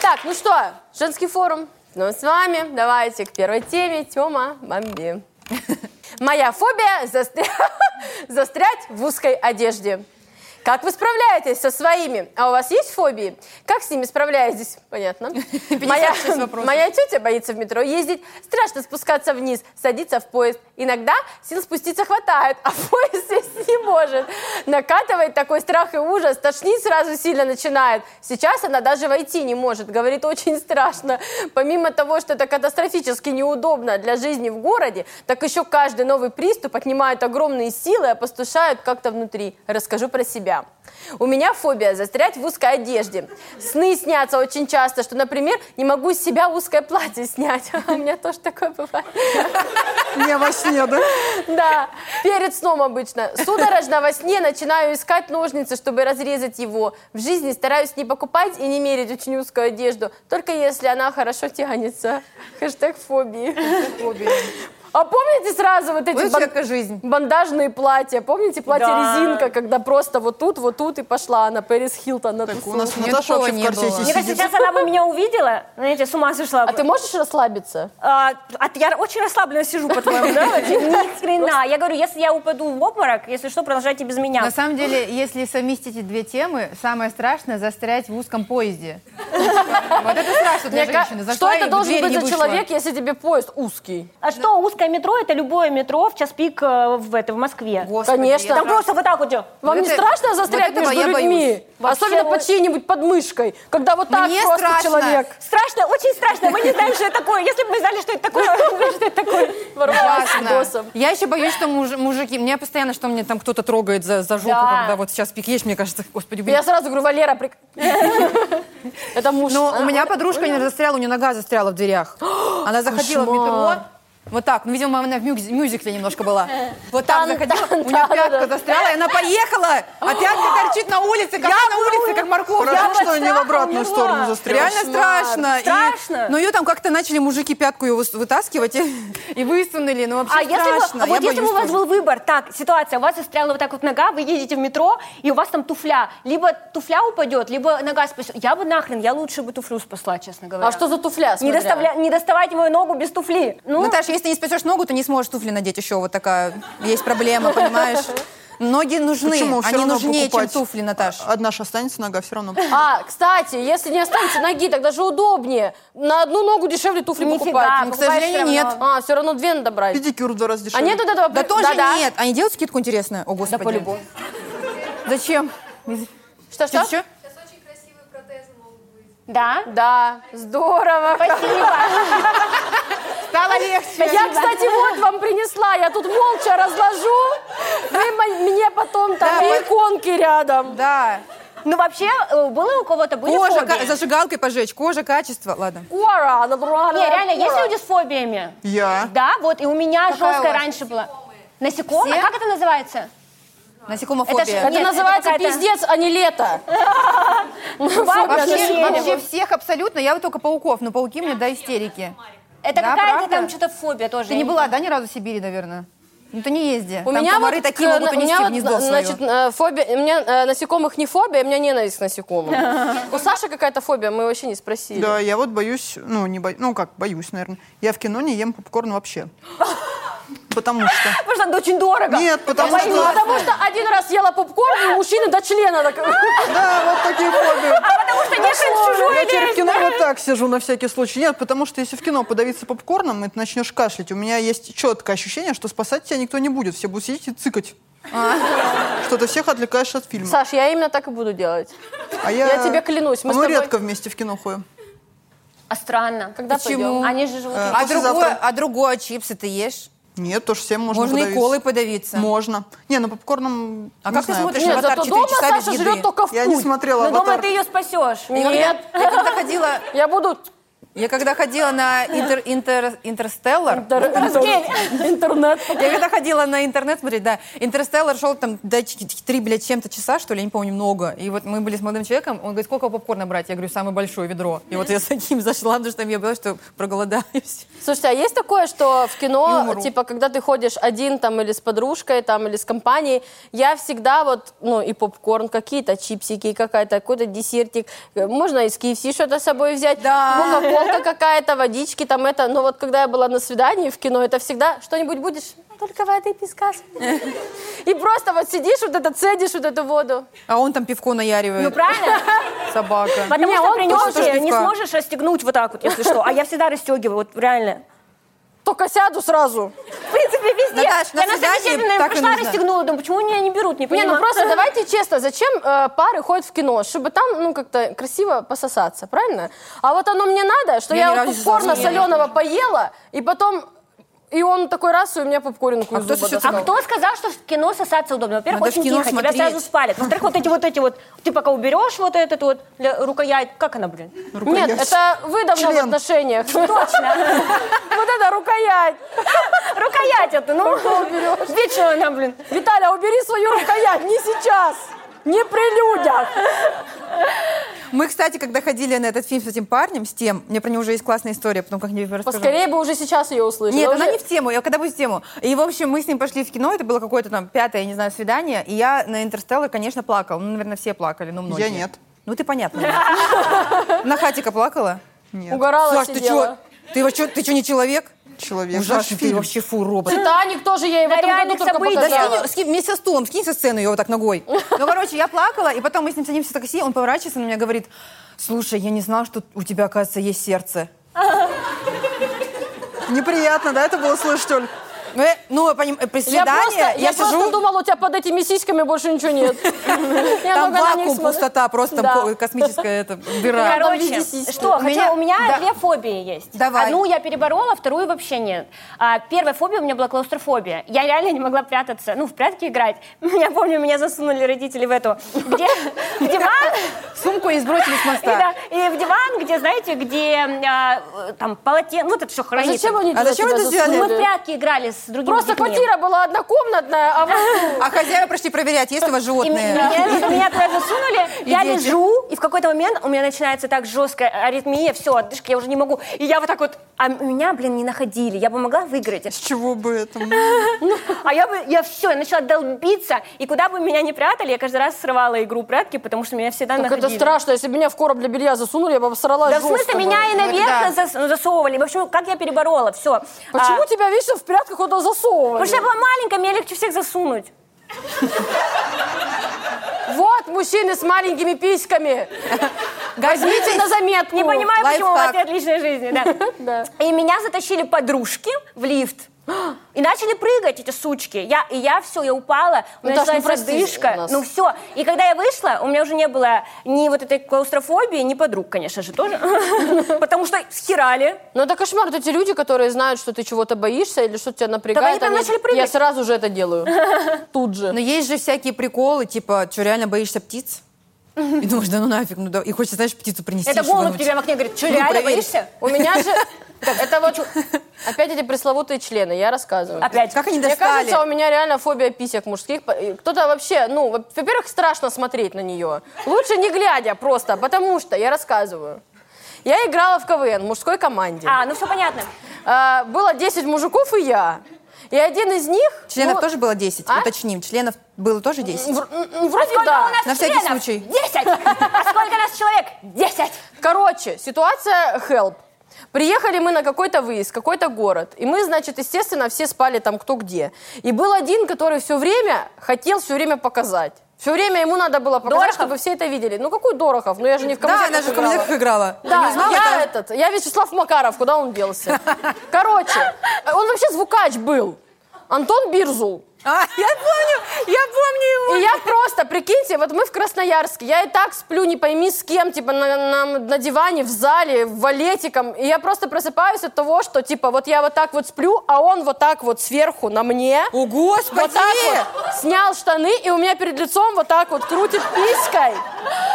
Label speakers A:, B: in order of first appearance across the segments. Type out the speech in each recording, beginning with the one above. A: Так, ну что, женский форум. Ну, с вами. Давайте к первой теме. Тема Бомби. Моя фобия застря- застрять в узкой одежде. Как вы справляетесь со своими? А у вас есть фобии? Как с ними справляетесь? Понятно. Моя,
B: 56 вопросов.
A: моя тетя боится в метро ездить. Страшно спускаться вниз, садиться в поезд. Иногда сил спуститься хватает, а в поезд сесть не может. Накатывает такой страх и ужас. Тошнить сразу сильно начинает. Сейчас она даже войти не может. Говорит, очень страшно. Помимо того, что это катастрофически неудобно для жизни в городе, так еще каждый новый приступ отнимает огромные силы, а постушают как-то внутри. Расскажу про себя. У меня фобия застрять в узкой одежде. Сны снятся очень часто, что, например, не могу с себя узкое платье снять. У меня тоже такое бывает.
B: Не, во сне, да?
A: Да, перед сном обычно. Судорожно во сне начинаю искать ножницы, чтобы разрезать его. В жизни стараюсь не покупать и не мерить очень узкую одежду, только если она хорошо тянется. Хэштег фобии. А помните сразу вот эти
B: Вот у
A: бан-
B: человека жизнь.
A: бандажные платья? Помните платье-резинка,
C: Да.
A: когда просто вот тут, вот тут и пошла она, Пэрис Хилтон на
B: Так
A: тусу.
B: у нас
C: Нет,
B: Наташа
C: такого
B: вообще в
C: не было. Мне
B: корсете сидит.
C: Ты
D: Мне кажется, сейчас она бы меня увидела, знаете, с ума сошла
A: А
D: бы.
A: ты можешь расслабиться?
D: А, а я очень расслабленно сижу, по-твоему, да? вообще? Ни хрена. Я говорю, если я упаду в обморок, если что, продолжайте без меня.
B: На самом деле, если совместить эти две темы, самое страшное застрять в узком поезде. Вот это страшно для
A: Мне ка-
B: женщины.
A: Что
B: Зашла и
A: это
B: в
A: должен
B: дверь
A: быть
B: не
A: за
B: вышла.
A: человек, если тебе поезд узкий?
D: А что, узкое метро, это любое метро в час пик э, в, это, в Москве.
B: Господи,
A: Конечно.
D: Там просто вот так вот идет.
A: Вам
B: Вот
A: не
B: это-
A: страшно застрять
B: вот этого
A: между
B: я
A: людьми?
D: Вообще
A: Особенно под
D: вот-
A: чьей-нибудь подмышкой, когда вот так
B: Мне
A: просто
B: страшно.
A: человек.
D: Страшно, очень страшно. Мы не знаем, что это такое. Если бы мы знали, что это такое, что это такое.
A: Воровалась с
B: Ужасно.
A: видосом.
C: Я еще боюсь, что муж- мужики... Меня постоянно, что мне там кто-то трогает за, за жопу,
D: Да.
C: когда вот сейчас пик есть, мне кажется, господи, блин.
A: Я сразу говорю, Валера, прик- это муж.
C: Но
A: А,
C: Ну, у меня подружка не застряла, у нее нога застряла в дверях. Она заходила в
A: Кошмар.
C: метро, вот так, ну, видимо, она в мюз- мюзикле немножко была. Вот так
A: Тан-
C: заходила,
A: тан-
C: у нее
A: тан-
C: пятка застряла, и она поехала, а пятка торчит на улице, как она на улице, как морковка.
B: Хорошо, что они в обратную
D: была.
B: сторону застряли.
C: Реально страшно. И-
D: Страшно.
C: но ее там как-то начали мужики пятку ее выс- вытаскивать и, и высунули. Ну, вообще
D: А если бы,
C: страшно.
D: а вот
C: Я
D: если бы
C: боюсь
D: у вас
C: тоже.
D: был выбор, так, ситуация, у вас застряла вот так вот нога, вы едете в метро, и у вас там туфля. Либо туфля упадет, либо нога спасет. Я бы нахрен, я лучше бы туфлю спасла, честно говоря.
A: а что за туфля?
D: Не,
A: смотря?
D: доставля... не доставайте мою ногу без туфли. Ну,
C: Наташа, если ты не спасешь ногу, ты не сможешь туфли надеть еще. Вот такая есть проблема, понимаешь? Ноги нужны.
B: Почему? Всё
C: Они
B: равно
C: нужнее,
B: покупать.
C: чем туфли, Наташа.
B: Одна же останется нога, все равно.
A: А, кстати, если не останется ноги, так даже удобнее. На одну ногу дешевле туфли
D: Нифига,
A: покупать.
C: Ну, к
D: покупаешь
C: сожалению,
D: всё равно.
A: А, все равно две надо брать.
B: Педикюр в два
A: А
B: раза дешевле.
A: нет вот этого...
C: Да
A: при-
C: тоже
A: Да-да.
C: нет. Они делают скидку интересную? О, господи.
A: по-любому.
C: Зачем?
A: Что-что?
C: Чё-чё?
E: Сейчас очень красивые протезы могут быть.
D: да.
A: Да, здорово.
D: Спасибо.
C: Стало легче.
A: Я, кстати, вот вам принесла. Я тут молча разложу. Вы мо- мне потом там
C: Да,
A: и
C: вот-
A: иконки рядом.
C: Да.
D: Ну, вообще, э, было у кого-то были
C: Кожа,
D: фобии?
C: ка- зажигалкой пожечь. Кожа, качество. Ладно.
A: Кора, натуральная
D: Не, реально, есть
A: кора.
D: люди с фобиями?
B: Я.
D: Да, вот, и у меня
C: Какая у
D: жесткая
C: вас?
D: раньше была. Насекомые?
C: Все?
D: А как это называется?
A: Это
C: Насекомофобия.
D: Нет, это
A: называется
D: какая-то-
A: пиздец, а не лето.
C: Вообще,
D: Вообще,
C: вообще всех абсолютно. Я вот только пауков, но пауки мне до истерики.
D: Это
C: Да,
D: какая-то
C: правда?
D: там что-то фобия тоже.
C: Ты
D: я
C: не
D: не
C: была, да, ни разу в Сибири, наверное? Ну ты не езди.
A: У
C: Там
A: меня
C: комары
A: вот,
C: такие
A: э, на-
C: могут
A: у
C: унести
A: меня вот,
C: гнездо свое.
A: значит, э, фобия, у меня э, насекомых не фобия, у меня ненависть к насекомым. У Саши какая-то фобия, мы вообще не спросили.
B: Да, я вот боюсь, ну, не боюсь, ну, как, боюсь, наверное. Я в кино не ем попкорн вообще. Потому что...
D: Потому что это очень дорого.
B: Нет, потому
A: Потому
B: что...
A: потому что один раз ела попкорн, и у мужчины до члена. так-
B: Да, вот такие фобии.
D: А, Потому что не шин
A: А
D: чужой
B: Я теперь в кино вот так сижу на всякий случай. Нет, потому что если в кино подавиться попкорном, и ты начнешь кашлять, у меня есть четкое ощущение, что спасать тебя никто не будет. Все будут сидеть и цыкать.
A: А.
B: Что ты всех отвлекаешь от фильма.
A: Саш, я именно так и буду делать.
B: А
A: я тебе клянусь, мы
B: а
A: с
B: мы
A: тобой-
B: редко вместе в кино ходим.
D: А странно.
A: Когда
C: Почему?
A: пойдем?
D: Они же живут...
B: Э,
C: А
B: послезавтра.
C: другое, а другое чипсы ты ешь?
B: Нет, тоже всем можно
C: Можно и
B: подавиться.
C: колой подавиться.
B: Можно. Не, на попкорном...
C: А
B: не
C: как ты
B: знаю.
C: смотришь
A: Нет,
C: «Аватар»
A: зато
C: 4
A: дома
C: часа без
A: Саша
C: еды?
A: жрет только в
B: Я не смотрела
D: Ну, думаю,
B: «Аватар».
D: ты ее спасешь.
C: Я когда-
A: Нет,
C: Я когда ходила
A: я буду...
C: Я когда ходила на интер- интер- интерстеллар,
A: Интер- интер- Интернет.
C: я когда ходила на интернет смотреть, да, интерстеллар шел там до ч- три, блядь, чем-то часа, что ли, я не помню, много. И вот мы были с молодым человеком, он говорит, сколько попкорна брать? Я говорю, самое большое ведро. И вот я с таким зашла, потому что я боялась, что проголодаюсь.
A: Слушайте, а есть такое, что в
C: И
A: кино,
C: умру.
A: типа, когда ты ходишь один там или с подружкой, там, или с компанией, я всегда вот, ну, и попкорн, какие-то чипсики, какая-то, какой-то десертик, Э, можно из KFC что-то с собой взять,
C: Да.
A: кока-колка какая-то, водички, там это, но вот когда я была на свидании в кино, это всегда что-нибудь будешь, Ну, только воды и сказки. И просто вот сидишь, вот это цедишь, вот эту воду.
C: А он там пивко
D: Ну
C: наяривает,
D: правильно?
C: собака.
D: Потому
A: Не,
D: что
A: он
D: при
C: точно тоже
D: нём ты не
C: пивка.
D: сможешь расстегнуть вот так вот, если что. А я всегда расстегиваю, вот реально.
A: Только сяду сразу.
D: В принципе, везде.
C: Наташ, на
D: я на
C: свидании
D: собеседование
C: так и
D: пришла,
C: нужно.
D: расстегнула, думаю, почему меня не берут, не
A: Не,
D: понимаю.
A: ну просто давайте честно, зачем э, пары ходят в кино? Чтобы там, ну, как-то красиво пососаться, правильно? А вот оно мне надо, что
C: Я
A: я,
C: ни разу
A: вот
C: не
A: попкорна
C: зазнала.
A: соленого поела, и потом... И он такой раз, и у меня попкоринку
C: А
A: из
C: кто
A: зуба
C: сосет?
A: достал.
D: А кто сказал, что в кино сосаться удобно? Во-первых,
C: Надо в
D: очень
C: кино
D: тихо, тебя
C: смотреть.
D: сразу спалят. Во-вторых, вот эти вот эти вот, ты пока уберешь вот этот вот ля- рукоять, как она, блин?
A: Нет, это вы давно в
B: Член.
A: отношениях. Точно. Вот это рукоять.
D: Рукоять это, ну, вечно она, блин.
A: Виталя, убери свою рукоять, не сейчас. Не при людях.
C: Мы, кстати, когда ходили на этот фильм с этим парнем, с тем, мне про него уже есть классная история, потом как-нибудь расскажу.
A: Поскорее бы уже сейчас ее услышала.
C: Нет,
A: Я
C: она
A: уже-
C: не в тему, я когда будет в тему. И, в общем, мы с ним пошли в кино, это было какое-то там пятое, я не знаю, свидание, и я на «Интерстеллар», конечно, плакала. Ну, наверное, все плакали, ну, многие.
B: Я нет.
C: Ну, ты понятно. На хатика плакала?
B: Нет,
A: Угорала,
C: Саш, ты
A: сидела.
C: чё? Ты вообще, ты что, не человек?
B: человек. Наш
C: Ужасный ты
B: фильм.
C: вообще, фу, робот.
A: Титаник тоже ей в
D: На
A: этом году
D: реальных
A: только
D: событиях.
C: Да
A: показала.
C: скинь, скинь вместе со стулом, скинь со сцены ее вот так ногой. Ну, короче, я плакала, и потом мы с ним садимся в такси, он поворачивается на меня и говорит, слушай, я не знал, что у тебя, оказывается, есть сердце.
B: Неприятно, да, это было слышать, Оль?
C: Ну, я- ну, поним- э, при
A: Я
C: свидании
A: просто, я просто
C: сижу,
A: думала, у тебя под этими сиськами больше ничего нет. Я только на
C: там
A: них
C: вакуум,
A: смотрю.
C: пустота, просто там
A: Да.
C: ко- космическая эта дыра.
A: там
D: Короче,
A: везде сиськи.
D: что,
C: У
D: хотя
C: меня-
D: у меня
C: да.
D: две фобии есть.
C: Давай.
D: Одну я переборола, вторую вообще нет. А, первая фобия у меня была клаустрофобия. Я реально не могла прятаться, ну, в прятки играть. Я помню, меня засунули родители в эту, где, в диван,
C: Сумку и сбросили с
D: и,
C: моста.
D: да, и в диван, где, знаете, где а, э, там полотенце, вот это все
A: А
D: хранится.
A: зачем они
C: А зачем
A: туда
C: это
A: тебя
D: Ну,
C: сделали?
D: Мы в
A: засунули? Ну,
D: прятки играли с другими
A: Просто
D: детьми.
A: квартира была однокомнатная, а вы...
C: А хозяева пришли проверять, есть у вас
D: И меня,
C: животные.
D: меня туда засунули, я
C: дети.
D: лежу, и в какой-то момент у меня начинается так жесткая аритмия, все, отдышка, я уже не могу. И я вот так вот, а меня, блин, не находили, я бы могла выиграть.
B: С чего бы это?
D: А я бы, я все, я начала долбиться, и куда бы меня не прятали, я каждый раз срывала игру прятки, потому что меня всегда
A: Так это
D: находили.
A: страшно, если бы меня в короб для белья засунули, я бы обсралась
D: Да в смысле,
A: жестко бы.
D: меня и наверх зас- ну, засовывали. В общем, как я переборола, все.
A: Почему тебя вечно в прятках куда засовывали?
D: А. Потому что я была маленькая, меня легче всех засунуть.
A: Вот мужчины с маленькими письками. Возьмите на заметку.
D: Не понимаю, почему у вас
C: лайфхак.
D: нет личной жизни, да. И меня затащили подружки в лифт. И начали прыгать эти сучки. Я, и я все, я упала, у меня
A: Ну, Даш, ну,
D: началась
A: прости
D: одышка.
A: нас.
D: Ну все. И когда я вышла, у меня уже не было ни вот этой клаустрофобии, ни подруг, конечно же, тоже. Потому что схерали.
A: Ну это кошмар, вот эти люди, которые знают, что ты чего-то боишься или что тебя
D: они
A: напрягает.
D: прям начали прыгать.
A: Я сразу же это делаю. Тут же.
C: Но есть же всякие приколы, типа, что, реально боишься птиц? И думаешь, да ну нафиг, ну да. И хочется, знаешь, птицу принести.
D: Это
C: швырнуть.
D: голубь тебе в окне говорит, что реально
C: Ну, проверь.
D: боишься?
A: У меня же... Это вот опять эти пресловутые члены, я рассказываю.
D: Опять.
C: Как они
A: Мне
C: достали?
A: кажется, у меня реально фобия писек мужских. По- и Кто-то вообще, ну, во- во-первых, страшно смотреть на нее. Лучше не глядя просто, потому что, я рассказываю. Я играла в КВН в мужской команде.
D: А, ну все понятно.
A: А, было 10 мужиков и я. И один из них...
C: Членов
A: ну,
C: тоже было 10,
A: а?
C: уточним. Членов было тоже 10.
A: вр- м, Вроде
D: Сколько
A: да.
D: А у нас
C: А На всякий
D: членов?
C: случай.
D: Десять. А сколько нас человек? Десять.
A: Короче, ситуация help. Приехали мы на какой-то выезд, какой-то город. И мы, значит, естественно, все спали там кто где. И был один, который все время хотел все время показать. Все время ему надо было показать,
D: Дорохов?
A: чтобы все это видели. Ну какой Дорохов? Ну я же не в
C: Да,
A: Камазаках
C: она же в
A: играла.
C: комедиях играла.
A: Да,
C: Ты не знала
A: я
C: этого?
A: этот, я Вячеслав Макаров, куда он делся? Короче, он вообще звукач был. Антон Бирзул.
C: А, я помню, я помню его.
A: И я просто, прикиньте, вот мы в Красноярске, я и так сплю, не пойми с кем, типа на, на- на диване, в зале, в валетиком, и я просто просыпаюсь от того, что типа вот я вот так вот сплю, а он вот так вот сверху на мне,
C: О, господи!
A: вот так вот снял штаны, и у меня перед лицом вот так вот крутит писькой.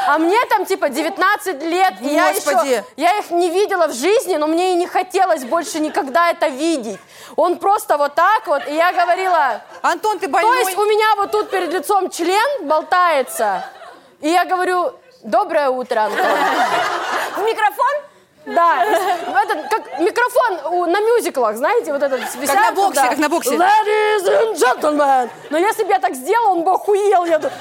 A: А мне там типа 19 лет, и я еще,
C: Господи.
A: я их не видела в жизни, но мне и не хотелось больше никогда это видеть. Он просто вот так вот, и я говорила,
C: Антон, ты
A: то
C: больной.
A: есть у меня вот тут перед лицом член болтается, и я говорю, доброе утро, Антон.
D: В микрофон?
A: Да, Ну, это как микрофон у- на мюзиклах, знаете, вот этот висят
C: на боксе,
A: туда.
C: как на боксе.
A: Ladies and gentlemen. Но если бы я так сделала, он бы охуел. Я тут-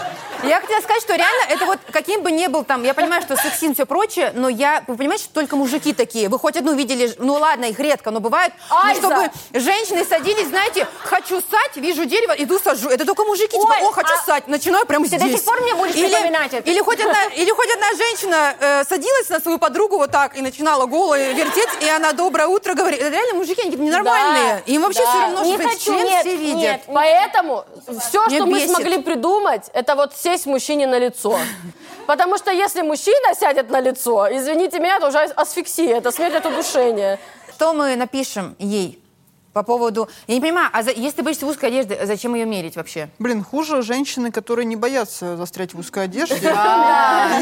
C: Я хотела сказать, что реально это вот каким бы ни был там, я понимаю, что сексизм все прочее, но я, вы понимаете, что только мужики такие. Вы хоть одну видели, ж- ну ладно, их редко, но бывает, но
A: Айза!
C: чтобы женщины садились, знаете, хочу сать, вижу дерево, иду сажу. Это только мужики, типа,
D: Ой,
C: о, хочу
D: а
C: сать, начинаю прямо
D: ты
C: здесь.
D: до сих пор мне будешь
C: или,
D: напоминать это?
C: Или хоть одна, или хоть одна женщина э, садилась на свою подругу вот так и начинала голой вертеть, и она доброе утро говорит. Это реально мужики, они какие-то ненормальные. Им вообще
A: да.
C: все равно,
D: Не
C: что этот
D: хочу,
C: член
D: нет,
C: все видят.
D: нет.
A: Поэтому все,
C: Меня
A: что мы
C: бесит.
A: смогли придумать, это вот сесть мужчине на лицо. Потому что если мужчина сядет на лицо, извините меня, это уже асфиксия, это смерть от удушения.
C: Что мы напишем ей по поводу... Я не понимаю, а за- если ты боишься узкой одежды, зачем ее мерить вообще?
B: Блин, хуже женщины, которые не боятся застрять в узкой одежде.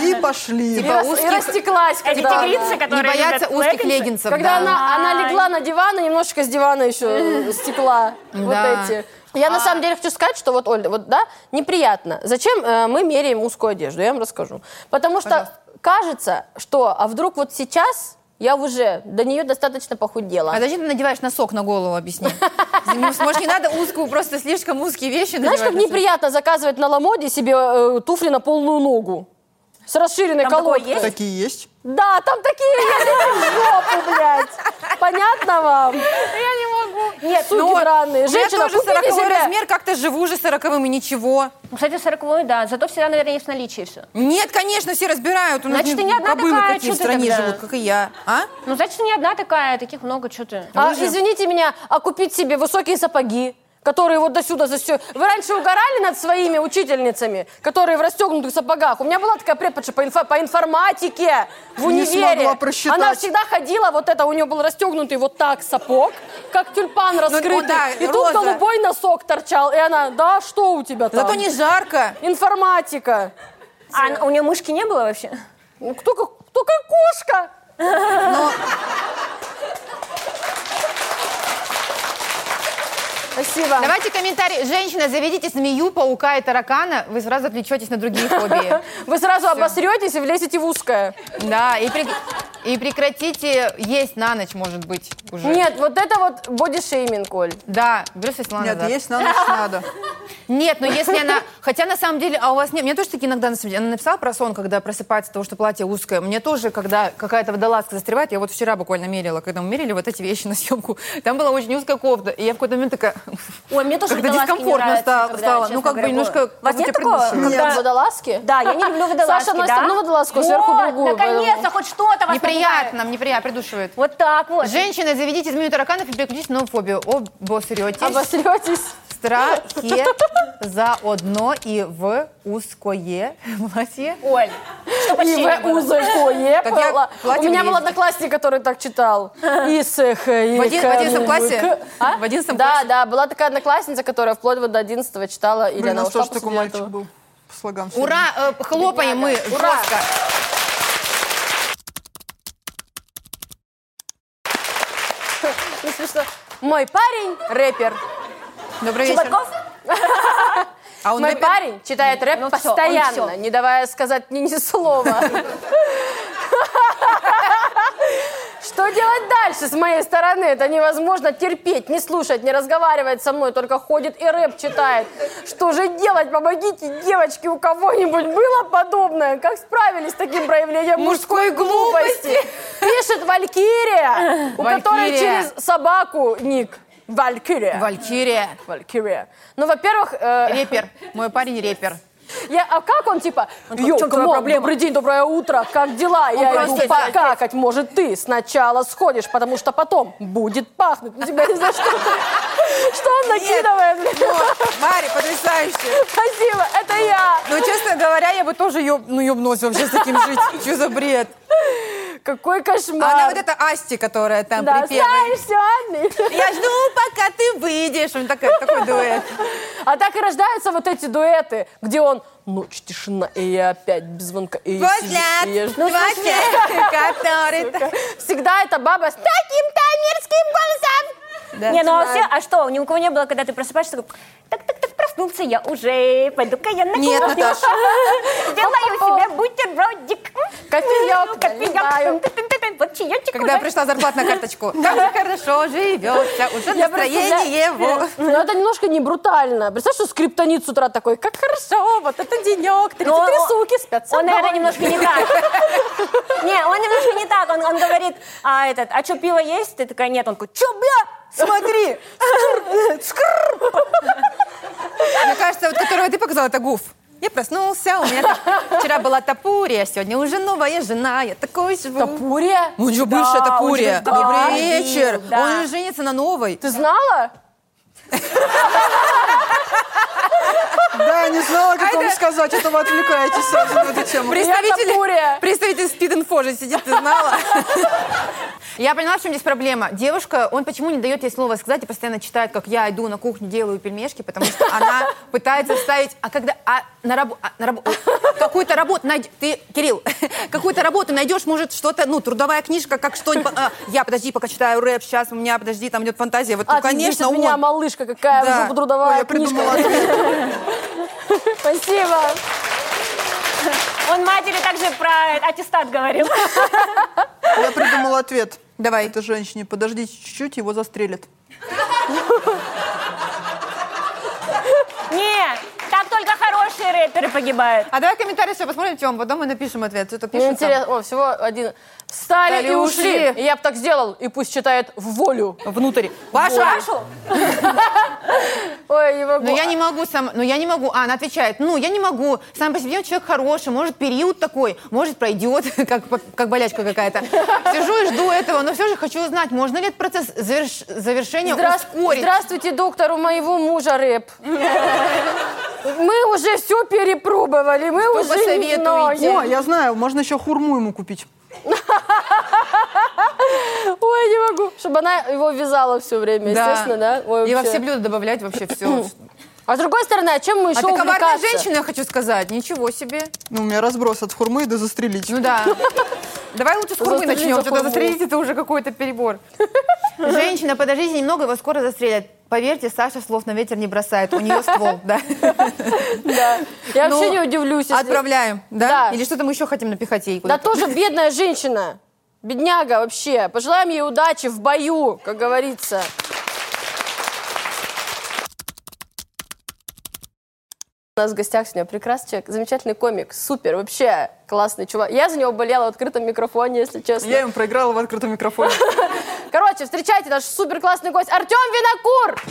B: И пошли.
A: И, рас- и
C: узких-
A: растеклась.
D: Это
A: когда-
D: тигрицы, которые
C: не бояться
D: любят
C: узких
D: леггинсы?
C: леггинсов,
A: Когда
C: да.
A: она, она легла на диван, и немножечко с дивана еще э, стекла. Вот
C: Да.
A: эти. Я
D: А.
A: на самом деле хочу сказать, что вот, Оль, вот, да, неприятно. Зачем э, мы меряем узкую одежду? Я вам расскажу. Потому что кажется, что, а вдруг вот сейчас я уже до нее достаточно похудела.
C: А зачем ты надеваешь носок на голову, объясни. Может, не надо узкую, просто слишком узкие вещи
A: Знаешь, как
C: надевать на себя?
A: неприятно заказывать на Ламоде себе э, туфли на полную ногу? С расширенной
D: Там такое
A: колодкой.
D: есть?
B: Типа- Такие есть.
A: Да, там такие есть, они в жопу, блядь. Понятно вам? Я не могу. Нет, суки
C: Ну вот,
A: драные.
C: у меня
A: Женщина,
C: тоже
A: купите
C: 40
A: себе.
C: размер, как-то живу же 40 и ничего.
D: Ну, Кстати, сороковой, да. Зато всегда, наверное, есть в наличии все.
C: Нет, конечно, все разбирают. У нас
D: Значит, ты не одна
C: кобылы
D: такая, а
C: какие в
D: чё ты
C: стране
D: тогда?
C: живут, как и я. А?
D: Ну, значит, ты не одна такая, таких много, что ты.
A: А, извините меня, а купить себе высокие сапоги? которые вот до сюда засё... Вы раньше угорали над своими учительницами, которые в расстегнутых сапогах? У меня была такая преподша по, инфо- по информатике в
B: Не
A: универе.
B: смогла просчитать.
A: Она всегда ходила, вот это, у нее был расстегнутый вот так сапог, как тюльпан раскрытый.
C: Ну, да,
A: и тут
C: роза.
A: голубой носок торчал. И она, да, что у тебя там?
C: Зато не жарко.
A: Информатика.
D: А она- у нее мышки не было вообще?
A: Ну, Кто как, кто как кошка? Спасибо.
C: Давайте комментарий. Женщина, заведите змею, паука и таракана, вы сразу отвлечетесь на другие хобби.
A: Вы сразу обосретесь и влезете в узкое.
C: Да, и, прек- и прекратите есть на ночь, может быть, уже.
A: Нет, вот это вот бодишейминг, Оль.
C: А, Да, берешь и слона
B: Нет,
C: назад.
B: есть на ночь надо.
C: Нет, но если она... Хотя, на самом деле, а у вас нет... Мне тоже такие иногда, на самом деле, она написала про сон, когда просыпается от того, что платье узкое. Мне тоже, когда какая-то водолазка застревает, я вот вчера буквально мерила, когда мы мерили вот эти вещи на съемку, там была очень узкая кофта, и я в какой-то момент такая...
D: Ой, мне тоже
C: Как-то
D: водолазки не
C: дискомфортно
D: нравятся,
C: ста-
D: когда,
C: стало. Ну,
D: честно
C: как бы
D: говоря,
C: немножко
D: было. У вас
C: как
D: нет
C: будто
D: такого?
C: приносило?
A: Когда... водолазки?
D: Да, я не люблю водолазки,
A: Саша носит
D: да?
A: одну водолазку, а сверху
D: Вот,
A: другую,
D: наконец-то,
A: поэтому.
D: хоть что-то вас напугает.
C: Неприятно, нам неприятно, придушивает.
D: Вот так вот.
C: Женщина, заведите змею тараканов и переключитесь на фобию. Обосретесь.
A: Обосретесь.
C: страхе заодно и в узкое платье.
D: Оль, что
A: И
D: почти не
A: в
D: было.
A: узкое
C: Так я
A: было. У
C: платье
A: меня был
C: влезет.
A: одноклассник, который так читал. Исых,
C: В, один- в одиннадцатом классе?
A: А?
C: В одиннадцатом
A: Да,
C: классе?
A: да, была такая одноклассница, которая вплоть вот до 11 читала, или
C: а
B: Блин, у
A: она
B: нас
A: ушла
B: тоже
A: после
B: такой
A: девятого.
B: мальчик был. По слогам. всё время.
C: Ура! э, хлопаем мы
A: Ура!
C: жестко.
A: Если что, Ну, мой парень рэпер.
C: Добрый вечер.
D: Чебаков?
C: А он
A: Мой
C: рэпер?
A: парень читает рэп
D: Ну всё, он
A: постоянно,
D: всё.
A: не давая сказать мне ни слова. Что делать дальше с моей стороны? Это невозможно терпеть, не слушать, не разговаривать со мной, только ходит и рэп читает. Что же делать? Помогите, девочки, у кого-нибудь было подобное? Как справились с таким проявлением мужской,
C: Мужской
A: глупости? Пишет Валькирия, у которой
C: Валькирия.
A: через собаку ник. Валькирия.
C: Валькирия.
A: Валькирия. Ну, во-первых, э,
C: Репер. Мой парень репер.
A: я, а как он, типа,
C: такой,
A: «Йоу,
C: «В чём твоя
A: камон,
C: проблема?»
A: добрый день, доброе утро, как дела? Я
C: просто
A: иду
C: здесь,
A: покакать, может, ты сначала сходишь, потому что потом будет пахнуть. Ну, тебя не знаю, что. Что он накидывает? блин?
C: Вот, Мари, потрясающе.
A: Спасибо, это я.
C: Ну, честно говоря, я бы тоже ёб... ну, ёбнулась вообще с таким жить. Что за бред? А
A: Какой кошмар.
C: Она вот эта Асти, которая там
A: да,
C: припевает.
A: знаешь, Анна.
C: Я жду, пока ты выйдешь. Он такой, такой дуэт.
A: А так и рождаются вот эти дуэты, где он ночь, тишина, и я опять без звонка, и я сижу, и я
C: Ну,
A: жду. Ну,
C: который...
A: Всегда эта баба с таким-то мерзким голосом.
D: не, ну а, все, а что, ни у кого не было, когда ты просыпаешься, такой, так-так-так, проснулся я уже, пойду-ка я на
C: Нет,
D: кухню.
C: Наташа.
D: Сделаю себе бутербродик.
A: Кофеек, наливаю.
D: Кофеек. Тын-тын-тын-тын. Вот чаечек
C: Когда
D: уже.
C: пришла зарплата на карточку. Как же хорошо живется, уже
A: Я просто-
C: настроение
A: я-
C: его.
A: Ну, это немножко не брутально. Представь, что скриптонит с утра такой, как хорошо, вот это денек, 33
D: он-
A: суки спят со
D: Он,
A: мной».
D: наверное, немножко не так. Не, он немножко не так. Он, он говорит, а этот, а что, пиво есть? Ты такая, нет. Он такой, что,
A: А,
D: бля?
C: Смотри. Мне кажется, вот которого ты показала, это гуф. Я проснулся, у меня так- вчера была тапурия, сегодня уже новая жена, я такой живу.
A: Тапурия?
C: Ну, у него
A: Да,
C: бывшая
A: у
C: тапурия.
A: него- да.
C: Добрый вечер.
D: да.
C: Он же женится на новой.
A: Ты знала?
B: Да, не знала, как вам сказать, это вы отвлекаетесь сразу на эту
C: Ну,
B: тему.
A: тапурия.
C: Представитель, представитель спид-инфо же сидит, ты знала? Я поняла, в чем здесь проблема. Девушка, он почему не дает ей слово сказать и постоянно читает, как я иду на кухню, делаю пельмешки, потому что она пытается вставить, а когда а, на работу, на рабо- ой, какую-то работу найдешь, ты, Кирилл, какую-то работу найдешь, может, что-то, ну, трудовая книжка, как что-нибудь, а, я, подожди, пока читаю рэп, сейчас у меня, подожди, там идет фантазия,
A: А,
C: вот, ну, конечно,
A: у
C: он.
A: меня малышка, какая
C: Да.
A: уже трудовая
B: Ой, я
A: книжка.
B: придумала ответ.
A: Спасибо.
D: Он матери также про аттестат говорил.
B: Я придумала ответ.
C: Давай.
B: Это женщине, подождите чуть-чуть, его застрелят.
D: Не, так только хорошие рэперы погибают.
C: А давай комментарий все посмотрим, Тем, потом мы напишем ответ. Что-то
A: Мне
C: пишут там.
A: интересно, о, всего один. Встали
C: Встали
A: и
C: и
A: ушли.
C: ушли.
A: И Я бы так сделал, и пусть читает в волю.
C: внутрь. Вашу?
D: Вашу?
A: Ой, не могу.
C: Но Ну, я не могу сам, но я не могу. А, она отвечает, ну, я не могу. Сам по себе он человек хороший, может, период такой, может, пройдет, как, по- как болячка какая-то. Сижу и жду этого, но все же хочу узнать, можно ли этот процесс заверш- завершения
A: Здравств-
C: ускорить?
A: Здравствуйте, доктор, у моего мужа рэп. Мы уже все перепробовали, мы уже не
C: посоветуете?
A: знаем.
B: О, я знаю, можно еще хурму ему купить.
A: Ой, не могу. Чтобы она его вязала все время, естественно, да? Ой,
C: И во
A: вообще.
C: все блюда добавлять вообще все.
A: А с другой стороны, а чем мы еще
C: А ты коварная
A: увлекаться?
C: женщина, я хочу сказать. Ничего себе.
B: Ну, у меня разброс от хурмы до застрелить.
C: Ну да. Давай лучше с хурмы
A: Застрелите
C: начнем. Что-то
A: хурму.
C: застрелить это уже какой-то перебор. Женщина, подождите немного, его скоро застрелят. Поверьте, Саша слов на ветер не бросает. У нее ствол, да.
A: Да. Я
C: Ну,
A: вообще не удивлюсь, если...
C: Отправляем,
A: Да.
C: да? Или что-то мы еще хотим напихать ей?
A: Да
C: куда-то?
A: тоже бедная женщина. Бедняга вообще. Пожелаем ей удачи в бою, как говорится. У нас в гостях сегодня прекрасный человек, замечательный комик, супер, вообще классный чувак. Я за него болела в открытом микрофоне, если честно.
B: Я им проиграла в открытом микрофоне.
A: Короче, встречайте наш супер классный гость Артем Винокур!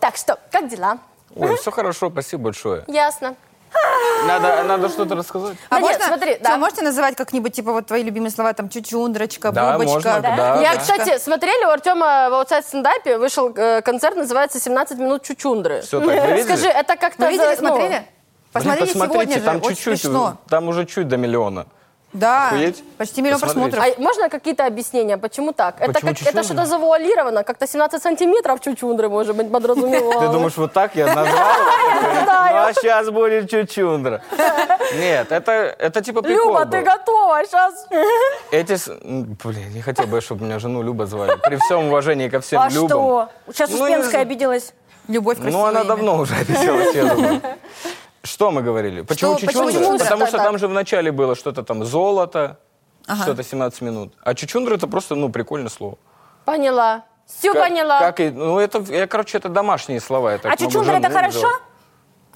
A: Так что, как дела?
F: Ой, все хорошо, спасибо большое.
A: Ясно.
F: Надо, надо что-то рассказать.
C: А
A: Да нет,
C: можно,
A: смотри,
C: Тём,
A: да.
C: можете называть как-нибудь, типа, вот твои любимые слова, там, чучундрочка,
F: Да,
C: бубочка?
F: можно, да.
A: Я,
F: да.
A: кстати, смотрели, у Артема в аутсайд стендапе вышел э, концерт, называется «17 минут чучундры».
F: Все, так, вы видели?
A: Скажи, это как-то...
C: Вы видели,
A: за- ну,
C: смотрели? Посмотрите
F: Блин, посмотрите,
C: сегодня же,
F: там
C: очень
F: чуть-чуть,
C: смешно.
F: там уже чуть до миллиона.
C: Да,
F: Охуеть?
C: почти миллион
F: Посмотрите.
C: просмотров.
A: А можно какие-то объяснения, почему так? это,
F: Почему
A: как- это
F: чучундры?
A: что-то завуалировано, как-то 17 сантиметров чучундры, может быть, подразумевалось.
F: Ты думаешь, вот так я назвал? Ну, а сейчас будет чучундра. Нет, это, это типа прикол
A: Люба,
F: был.
A: ты готова сейчас?
F: Эти... с- м, Блин, не хотел бы, чтобы меня жену Люба звали. При всем уважении ко всем
D: А
F: Любам.
D: что? Сейчас
F: Ну, не
D: Успенская
F: знаю.
D: обиделась.
A: А
C: Любовь красивая.
F: Ну, она
C: имя.
F: давно уже обиделась, я думаю. Что мы говорили? Почему
C: Что- почему
F: чучундра?
C: чучундра?
F: Потому что
A: Да-да.
F: там же вначале было что-то там золото, что-то 17 минут. А чучундра это просто, ну, прикольное слово.
A: Поняла. Все
F: Как-
A: поняла.
F: Как, и- ну, это, я, короче, это домашние слова. Я так ну,
D: А
F: могу
D: чучундра
F: жену
D: это хорошо?
F: называть.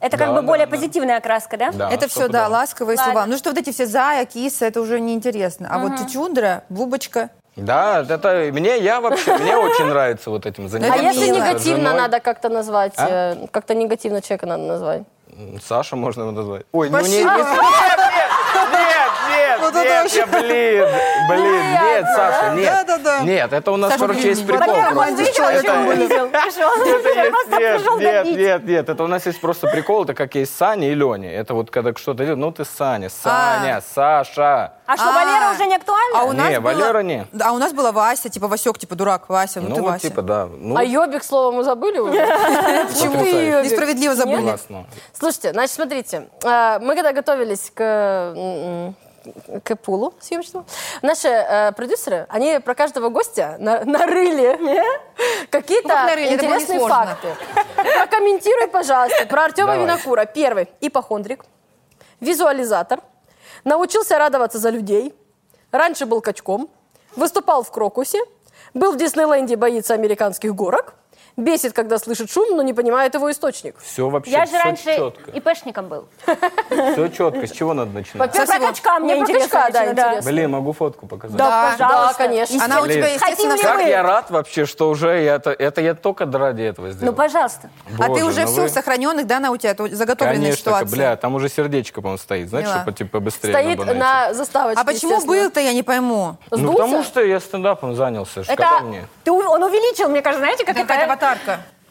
D: Это как
F: Да,
D: бы
F: да,
D: более
F: да.
D: позитивная окраска, да?
F: Да,
C: Это все, да,
F: стопудово.
C: ласковые
D: Ладно.
C: слова. Ну что, вот эти все зая, киса, это уже неинтересно. А вот чучундра, бубочка.
F: Да, это мне, я вообще, мне очень нравится вот этим
A: А
F: заниматься.
A: если
C: мило.
A: негативно
F: Женой.
A: надо как-то назвать,
F: А?
A: э, как-то негативно человека надо назвать.
F: Саша можно его назвать. Ой, ну не- не-
B: Спасибо.
F: Нет, нет, нет,
B: Вот это
F: нет, я- блин, блин, нет, Саша, нет.
B: Да-да-да.
F: Нет, это у нас,
C: Саша,
F: короче,
C: блин,
F: есть
C: не
F: прикол.
B: Такая
F: просто.
B: молодец, человек
F: Это-
D: Унизил,
F: Это
D: пришел,
F: есть-
D: просто
F: нет,
D: пришел
F: нет,
D: добить.
F: нет, нет, это у нас есть просто прикол, это как есть Саня и Леня. Это вот когда что-то идет, ну ты Саня, Саня, Саша.
D: А что, Валера уже не актуальна?
C: А у нас
F: Не,
C: было-
F: Валера не.
C: Да, А у нас была Вася, типа Васек, типа дурак, Вася, ну,
F: Ну
C: ты
F: вот
C: Вася.
F: типа, да. Ну,
A: А Йобик, слово, мы забыли уже?
F: Почему?
A: Йобик?
C: Несправедливо забыли.
F: классно.
A: Слушайте, значит, смотрите, э, мы когда готовились к м, м, к пулу съемочному. Наши э, продюсеры, они про каждого гостя на- нарыли какие-то
C: Ну, как нарыли? Это было
A: интересные
C: несложно.
A: факты. Прокомментируй, пожалуйста, про Артема
F: Давай.
A: Винокура. Первый. Ипохондрик. Визуализатор. Научился радоваться за людей. Раньше был качком. Выступал в Крокусе. Был в Диснейленде, и боится американских горок. Бесит, когда слышит шум, но не понимает его источник.
F: Все вообще,
D: Я же
F: все
D: раньше
F: четко.
D: ипэшником был.
F: Все четко. С чего надо начинать?
D: Про
C: Спасибо.
D: качка мне
A: Не, про
D: интересно.
A: качка, да,
D: лично, да.
A: интересно.
F: Блин, могу фотку показать.
D: Да,
A: Да,
D: пожалуйста.
A: конечно.
C: Она у
F: Блин.
C: тебя, естественно,
D: Хотим ли
F: Как
D: Вы.
F: я рад вообще, что уже я это, это я только ради этого сделал.
D: Ну, пожалуйста.
C: А ты
F: Боже,
C: уже
F: ну
C: все
F: вы-
C: в сохраненных, да, она у тебя тут заготовленная
F: Конечно,
C: ситуация.
F: бля, там уже сердечко, по-моему, стоит. Знаешь,
C: Поняла.
F: чтобы типа быстрее
A: Стоит
F: набанать.
A: на заставочке,
C: А почему
A: естественно.
C: был-то, я не пойму.
F: Ну,
A: Сдулся?
F: потому что я стендапом занялся. ж, когда
D: Это
F: мне?
D: ты, у- он увеличил, мне кажется, знаете, как
C: Это какая-то аватарка.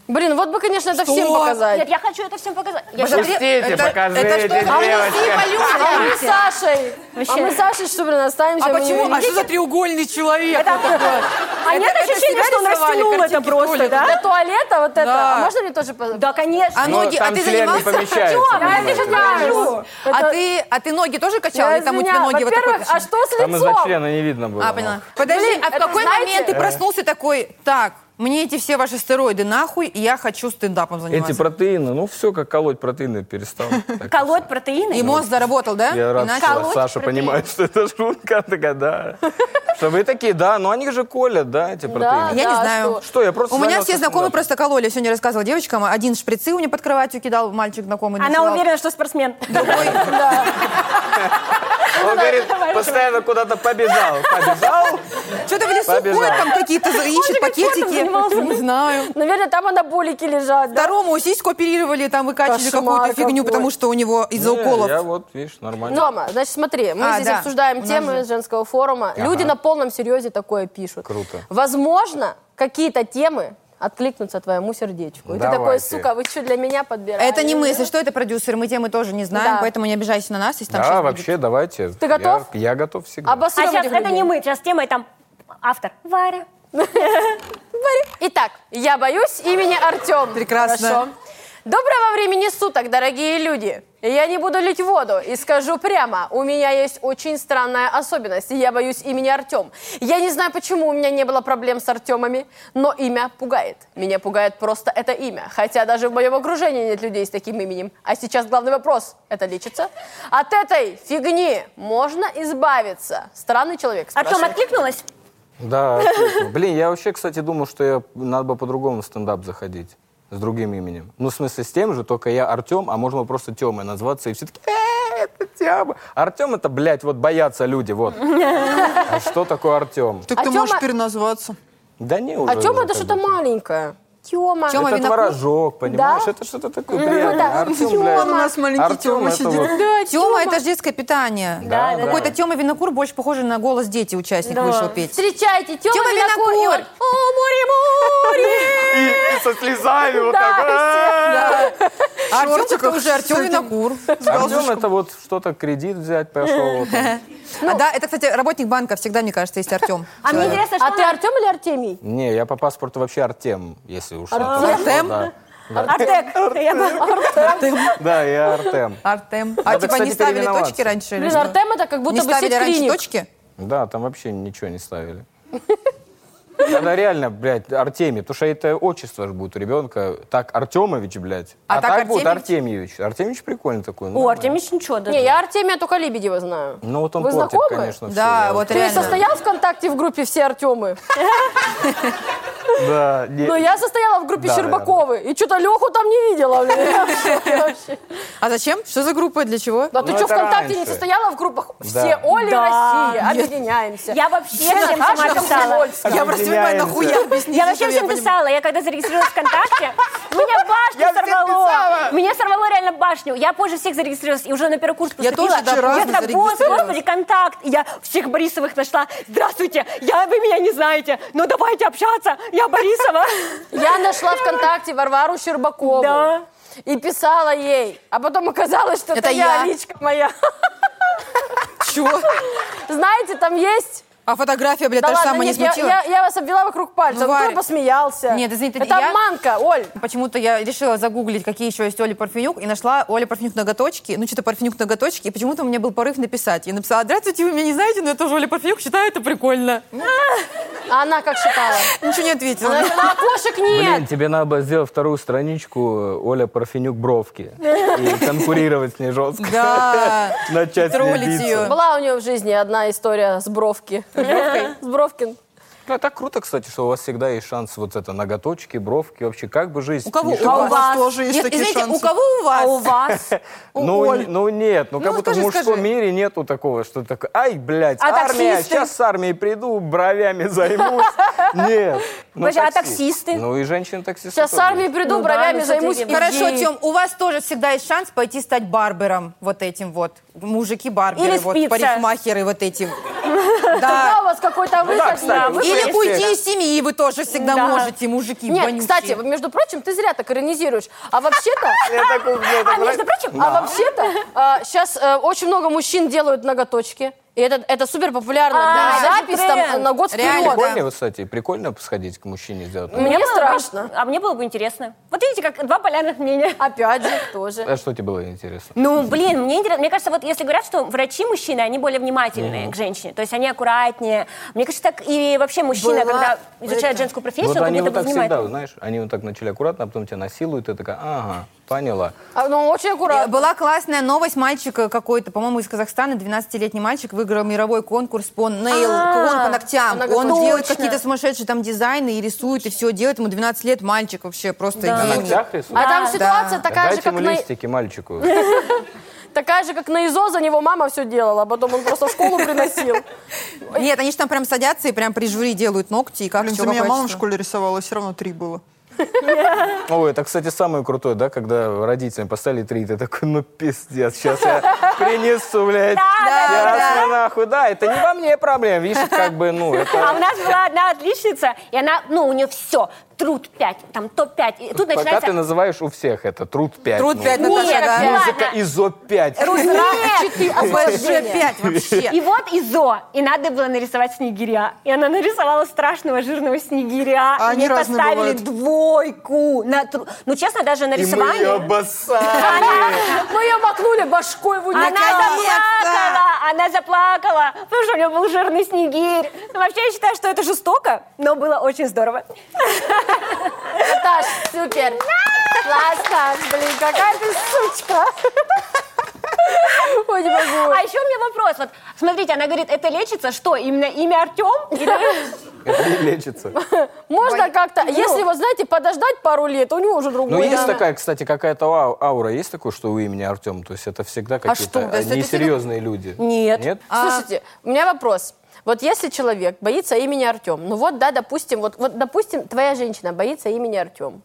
A: Блин, вот бы, конечно, это
C: Что?
A: всем показать.
D: Нет, я хочу это всем показать. Я
C: Боже,
D: щас-
F: Пустите, покажите,
C: это что за
F: девочки.
A: А мы с Сашей.
D: Вообще.
A: А мы с Сашей, что, блин, оставимся?
C: А
A: мы не
C: почему? А
A: увидим.
C: что за треугольный человек?
D: А нет
C: это
D: ощущения,
C: себя
D: что он
C: рисовали,
D: растянул это
C: картинки в
D: просто,
C: туалете?
A: До
D: да?
A: туалета вот это.
C: а? Да.
A: А можно мне тоже? по- А
D: Да, конечно.
C: А
F: Но
C: ноги, а
F: Ну, там
C: ты
F: член не
C: занимался?
F: помещается.
D: Я это
F: понимаете?
D: же покажу.
A: Это-
C: А ты, а ты ноги тоже качал?
A: Я
C: Или там у тебя
A: извиняюсь.
C: ноги вот такой?
A: Во-первых, а что с
F: Там из-за
A: лицом?
F: члена не видно было.
C: А,
F: ну.
C: поняла. Подожди,
A: Блин,
C: а в
A: это
C: какой
A: знаете-
F: Э.
C: момент ты проснулся такой, так, мне эти все ваши стероиды нахуй, и я хочу стендапом заниматься?
F: Эти протеины, ну все, как колоть протеины перестал. Так,
D: Колоть протеины?
C: И мозг заработал, да?
F: Ну, Я рад,
C: Иначе-
F: что
D: Колоть
F: Саша
D: протеин.
F: понимает, что это шутка, такая, да. Что вы такие, да, но они же колят, да, эти
A: Да,
F: протеины.
C: Я не
A: да,
C: знаю.
A: что?
F: Что, я просто
C: У меня
F: занялся
C: все знакомые
F: стендапом.
C: просто кололи. Я сегодня рассказывала девочкам, один шприцы у меня под кроватью кидал мальчик знакомый.
D: Она
C: ночевал.
D: уверена, что спортсмен.
F: Он говорит, постоянно куда-то побежал. Побежал?
C: Что-то в лесу
F: Побежал.
C: ходит, там какие-то за- ищет пакетики. Не знаю.
A: Наверное, там анаболики лежат, да?
C: Второму сиську оперировали, там выкачали
A: Кошмар
C: какую-то фигню,
A: какой.
C: потому что у него из-за
F: Не,
C: уколов.
F: Я вот, видишь, нормально.
A: Дома, значит, смотри, мы
C: А,
A: здесь
C: да.
A: обсуждаем
C: У нас
A: темы
C: же.
A: из женского форума. Люди на полном серьезе такое пишут.
F: Круто.
A: Возможно, какие-то темы откликнутся твоему сердечку. И ты такой,
F: Давайте.
A: сука, вы что, для меня подбираете?
C: Это не мы, если что, это продюсер, мы темы тоже не знаем,
A: Да.
C: поэтому не обижайся на нас, если там
F: Да,
C: щас
F: вообще, давайте. Ты
A: готов?
F: Я готов всегда.
D: А
A: Обосрем
D: сейчас
A: этих
D: это
A: людей.
D: не мы, сейчас тема, и там автор. Варя.
A: Итак, я боюсь имени Артем.
C: Прекрасно.
A: Хорошо. Доброго времени суток, дорогие люди. Я не буду лить воду и скажу прямо, у меня есть очень странная особенность, и я боюсь имени Артем. Я не знаю, почему у меня не было проблем с Артемами, но имя пугает. Меня пугает просто это имя, хотя даже в моем окружении нет людей с таким именем. А сейчас главный вопрос, это лечится? От этой фигни можно избавиться? Странный человек
D: Артем
A: спрашивает.
D: откликнулась?
F: Да, отлично. Блин, я вообще, кстати, думал, что я надо бы по-другому в стендап заходить. С другим именем. Ну, в смысле, с тем же, только я Артем, а можно просто Тёмой назваться, и все таки «Э, это Тёма». Артем это, блядь, вот боятся люди, вот. А что такое Артем?
B: Так ты
A: А Тёма-
B: можешь переназваться.
F: Да не уже.
A: А Тёма это
F: как
A: что-то
F: бы.
A: маленькое. Тёма.
C: Тёма
F: Это
C: Винокур?
F: творожок, понимаешь? Это что-то такое приятное. Артем, блядь.
B: Вон у нас маленький
F: Артём
B: Тёма
F: это
B: сидит.
F: вот-
A: Да,
C: Тема, это же детское питание.
F: Да, да.
C: Какой-то Тема Винокур больше похоже на голос дети, участник
D: Да.
C: вышел петь.
A: Встречайте, Тёма,
C: Тёма
A: Винокур. И
C: Винокур.
A: он, О, море, море.
F: И и со слезами вот
A: Да,
F: так. «А-а-а».
C: А Артем это
B: шортиках
C: уже Артем
B: с этим.
C: Винокур.
F: Артем А это вот что-то кредит взять пошел. вот он.
C: А, да, это, кстати, работник банка всегда, мне кажется, есть Артем.
D: А мне интересно, что
A: Ну, А ты
D: она...
A: Артем или Артемий?
F: Не, я по паспорту вообще Артем, если уж. на то
C: Артем?
F: пошло, да.
D: Артек. Я
A: А
D: бы-
F: Да, я Артем.
C: Артем. А
F: Надо,
C: типа
F: кстати,
C: не ставили
F: переименоваться.
C: точки раньше? или
A: Блин,
C: что?
A: Артем это как будто
C: Не
A: бы
C: ставили раньше
A: сеть-клиник.
C: точки?
F: Да, там вообще ничего не ставили. Тогда реально, блядь, Артемий, потому что это отчество же будет у ребенка. Так Артемович, блядь.
C: А
F: А,
C: так
F: так, будет Артемьевич. Артемьевич прикольный такой.
D: О,
F: нормально.
D: Артемич ничего даже.
A: Не, я Артемия только Лебедева знаю.
F: Ну вот он
A: Вы
F: портит,
A: знакомы?
F: конечно, всё.
C: Да,
F: Я
C: вот
A: Ты
C: реально.
A: состоял в ВКонтакте в группе все Артемы?
F: Да, не-
A: Но Ну, я состояла в группе
F: Да, Ну,
A: Щербаковы, и что-то Леху там не видела. Я в шоке вообще.
C: А зачем? Что за группа? Для чего?
A: Да ты
F: Ну,
A: что,
F: это
A: ВКонтакте не
F: раньше.
A: состояла в группах? Все
F: Да.
A: Оли
D: Да,
A: России, объединяемся.
D: Я вообще всем
A: Саша
D: сама писала.
A: Хмельницкая.
C: Я просто не понимаю,
F: Объединяемся.
C: нахуя объясните,
D: Я вообще
C: чтобы
D: всем
C: понимала.
D: писала. Я когда зарегистрировалась ВКонтакте, меня
B: Я
D: башню
B: всем
D: сорвало.
B: писала.
D: Меня сорвало реально башню. Я позже всех зарегистрировалась и уже на первый курс
C: Я
D: поступила.
C: тоже вчера
D: Я такая, «Боже,
C: зарегистрировалась».
D: господи, контакт. И Я всех Борисовых нашла. Здравствуйте, я, вы меня не знаете, но давайте общаться. Я Борисова.
A: Я нашла ВКонтакте Варвару Щербакову.
D: Да.
A: И писала ей. А потом оказалось, что это,
C: Это
A: я,
C: я.
A: личка моя.
C: Чего?
A: Знаете, там есть...
C: А фотография, бля,
A: Да
C: та же
A: ладно,
C: самая не
A: нет, я,
C: смутила?
A: я- я вас обвела вокруг пальца.
C: Ну,
A: Ну, кто
C: Варя.
A: посмеялся?
C: Нет, извините,
A: Это
C: я-
A: обманка, Оль.
C: Почему-то я решила загуглить, какие еще есть Оля Парфенюк, и нашла Оля Парфенюк ноготочки, ну что-то Парфенюк ноготочки, и почему-то у меня был порыв написать. Я написала, здравствуйте, вы меня не знаете, но я тоже Оля Парфенюк, считаю это прикольно.
A: А она как считала?
C: Ничего не
A: Она
C: ответила.
A: говорила, а кошек
F: Блин,
A: нет.
F: тебе надо было сделать вторую страничку э, Оля Парфенюк Бровки. И конкурировать с ней жестко.
C: Да.
F: Начать с ней
C: Троллить
F: биться.
C: её.
A: Была у нее в жизни одна история с бровки. С бровкин.
F: Ну, а так круто, кстати, что у вас всегда есть шанс вот это ноготочки, бровки, вообще как бы жизнь.
C: У кого?
F: ни-
B: У вас
C: вас?
B: тоже есть
C: Нет,
B: такие
C: извините, у
B: шансы. А
C: кого у вас? у вас?
F: Ну, н- ну нет, ну,
C: Ну,
F: как будто
C: скажи,
F: в мужском
C: скажи.
F: мире нету такого, что такое, ай, блядь,
D: А
F: армия,
D: таксисты?
F: сейчас с армией приду, бровями займусь. Нет. ну,
D: Боже, а
F: такси.
D: таксисты?
F: Ну и женщины-таксисты.
A: Сейчас с
F: тоже
A: армией
F: есть.
A: приду,
D: Ну да,
A: бровями
D: ну что ты
A: займусь.
D: делаешь?
A: и
C: Хорошо,
A: гей.
C: Тем, у вас тоже всегда есть шанс пойти стать барбером, вот этим вот. Мужики-барберы,
D: Или
C: вот,
D: спица.
C: парикмахеры вот эти.
A: Да,
C: Да.
A: у вас какой-то выход
F: кстати,
A: есть.
F: вы
C: Или
F: Если-
C: уйти из семьи вы тоже всегда
D: Да.
C: можете, мужики
A: Нет,
C: вонючие.
A: кстати, между прочим, ты зря так иронизируешь. А вообще-то...
F: Я так умел, так
D: А между
F: нравится.
D: прочим,
A: А вообще-то сейчас очень много мужчин делают ноготочки. И это, это супер популярная
D: А, это
A: запись
D: же
A: там
D: тренд.
A: на год вперед.
C: Реально, да.
F: Прикольно, вот, кстати, прикольно сходить к мужчине сделать.
A: Мне
D: было бы-
A: страшно.
D: А мне было бы интересно. Вот видите, как два полярных мнения.
A: Опять же, тоже.
F: А что тебе было интересно?
D: Ну, блин, мне интересно. Мне кажется, вот если говорят, что врачи мужчины, они более внимательные к женщине. То есть они аккуратнее. Мне кажется, так и вообще мужчина,
B: Была
D: когда изучает
B: это.
D: женскую профессию,
F: Вот
D: он
F: Ну, они
D: как
F: вот
D: будто
F: так
D: бы
F: всегда,
D: внимательный.
F: знаешь, они вот так начали аккуратно, а потом тебя насилуют, и ты такая, ага, поняла.
A: А, ну, очень аккуратно.
C: Э, Была классная новость мальчика какой-то, по-моему, из Казахстана, 12-летний мальчик выиграл мировой конкурс по нейл, он по ногтям.
A: Она
C: Он
A: готова.
C: делает
A: Точно.
C: какие-то сумасшедшие там дизайны и рисует, и все делает. Ему 12 лет, мальчик вообще просто
F: На
C: гений.
F: ногтях рисуют?
A: А там
D: Да.
A: ситуация
F: Да
A: такая же,
F: Дайте
A: как
F: ему
A: на...
F: листики, мальчику.
A: такая же, как на ИЗО, за него мама все делала, а потом он просто в школу приносил.
C: Нет, они же там прям садятся и прям при жюри делают ногти, и как
B: Блин,
C: всё,
B: за меня
C: какое
B: мама в
C: число.
B: школе рисовала, все равно три было.
F: Ой, это, кстати, самое крутое, да, когда родителям поставили три, ты такой, ну пиздец, сейчас я принесу, блядь.
C: да,
F: Ясно, нахуй, да, это не во мне проблема, видишь, как бы, ну,
D: А у
F: это...
D: нас была одна отличница, и она, ну, у нее все, труд 5, там топ-5. И тут
F: Пока
D: начинается...
F: ты называешь у всех это труд 5.
C: Труд 5,
B: ну.
C: Наташа,
D: Нет,
C: да.
D: ладно.
F: Музыка изо 5.
A: Четыре
C: А
A: освобождения.
C: 5 вообще.
D: И вот ИЗО, и надо было нарисовать снегиря. И она нарисовала страшного жирного снегиря.
B: А
D: и
B: они
D: ей
B: разные
D: поставили
B: бывают.
D: двойку. На тру- Ну, честно, даже на рисовании...
F: обоссали.
A: Мы ее макнули башкой в
D: Она
A: унитаз.
D: заплакала, она заплакала, потому что у нее был жирный снегирь. Ну, вообще, я считаю, что это жестоко, но было очень здорово.
A: Наташ, супер. Классно. Блин, какая ты сучка. Ой, не могу.
D: А еще у меня вопрос. Вот, смотрите, она говорит, это лечится, что, именно имя Артем? Или-
F: Это не лечится.
A: Можно как-то,
D: Ну.
A: если вот, знаете, подождать пару лет, у него уже
F: Ну,
A: другой.
F: есть
A: имя.
F: такая, кстати, какая-то ау- аура, есть такое, что у имени Артем? То есть это всегда
C: что,
F: какие-то
C: то есть это
F: несерьезные люди?
A: Нет. А.
F: Нет?
A: Слушайте, у меня вопрос. Вот если человек боится имени Артем, ну вот, да, допустим, вот, вот допустим, твоя женщина боится имени Артем.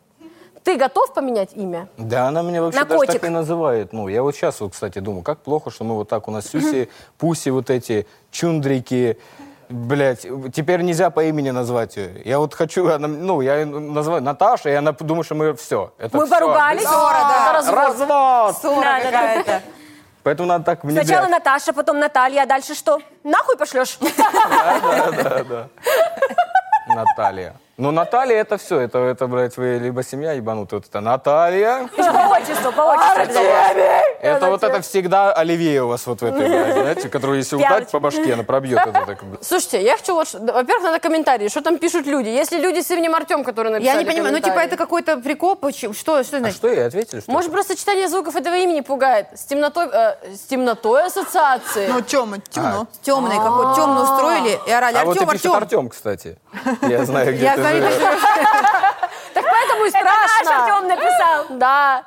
A: Ты готов поменять имя?
F: Да, она меня вообще
D: На
F: даже
D: котик.
F: так и называет. Ну, я вот сейчас вот, кстати, думаю, как плохо, что мы вот так, у нас сюси, пуси вот эти, чундрики, блядь, теперь нельзя по имени назвать ее. Я вот хочу, она- ну, я ее называю Наташа, и она думает, что мы все. Это
D: Мы
F: всё.
D: поругались.
A: Это
F: Развод.
A: развод.
C: Ссора
D: Да, да, да.
C: какая-то.
F: Поэтому надо так внедрять.
D: Сначала Наташа, потом Наталья, а дальше что? Нахуй пошлешь?
F: Наталья. Ну, Наталья это все, это, это, блядь, вы либо семья ебанутая, вот это Наталья,
D: По отчеству, по отчеству. обязательно.
F: это вот это всегда Оливье у вас вот в этой, блядь, знаете, которую если
D: Пяточка.
F: удать по башке, она пробьет. это так, блядь.
A: Слушайте, я хочу вот, что- да, во-первых, надо комментарии, что там пишут люди. Если люди с именем Артем, которые написали
C: Я не понимаю, ну типа
A: комментарии.
C: это какой-то прикол, поч- что, что
F: А
C: значит?
F: что ей ответили? Что
A: Может, просто читание звуков этого имени пугает. С темнотой, э, с темнотой ассоциации.
B: Ну, Тёма, темно.
C: Темный какой, темный устроили и орали.
F: А вот и
C: Артем,
F: пишет
C: Артем.
F: Артем, кстати. Я знаю, где
C: Я «Ну,
F: ты
C: знаю,
F: живешь.
C: что-
A: Артему
D: Это наш
A: страшно.
D: Артем написал.
A: Да.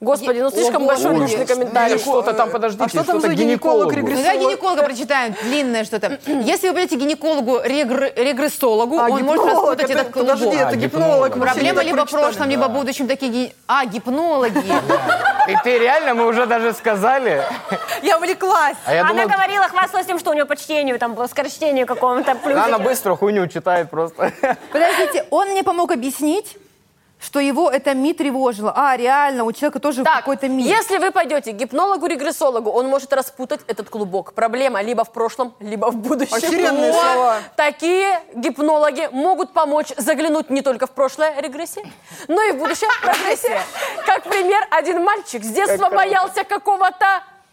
A: Господи, ну слишком большой личный комментарий.
F: ну, Что-то там, подождите,
B: А что там
F: что-то
B: за гинеколог
F: гинеколог был.
B: регрессолог?
C: Ну, я гинеколога прочитаю, длинное что-то. Если вы придете к гинекологу, регр- регрессологу, он может
B: А, гипнолог,
C: распутать этот клубок.
B: Подожди, это
F: А,
B: гипнолог.
F: гипнолог.
B: мы все не
C: Проблема
B: так
C: либо в
B: прочитали.
C: прошлом, либо в будущем такие... ги- А, гипнологи.
F: И ты реально, мы уже даже сказали.
C: Я увлеклась.
F: А я
D: Она
F: думал,
D: говорила, хвасталась тем, что у нее по чтению, там, по скорочтению какому-то плюс.
F: она быстро хуйню читает просто.
C: Подождите, он мне помог объяснить, что его это МИ тревожило. А, реально, у человека тоже
A: Так,
C: какой-то МИ.
A: если вы пойдете к гипнологу-регрессологу, он может распутать этот клубок. Проблема либо в прошлом, либо в будущем.
B: Охеренные
A: Вот.
B: слова.
A: Такие гипнологи могут помочь заглянуть не только в прошлое регрессии, но и в будущее прогрессии. Как пример, один мальчик с детства боялся какого-то...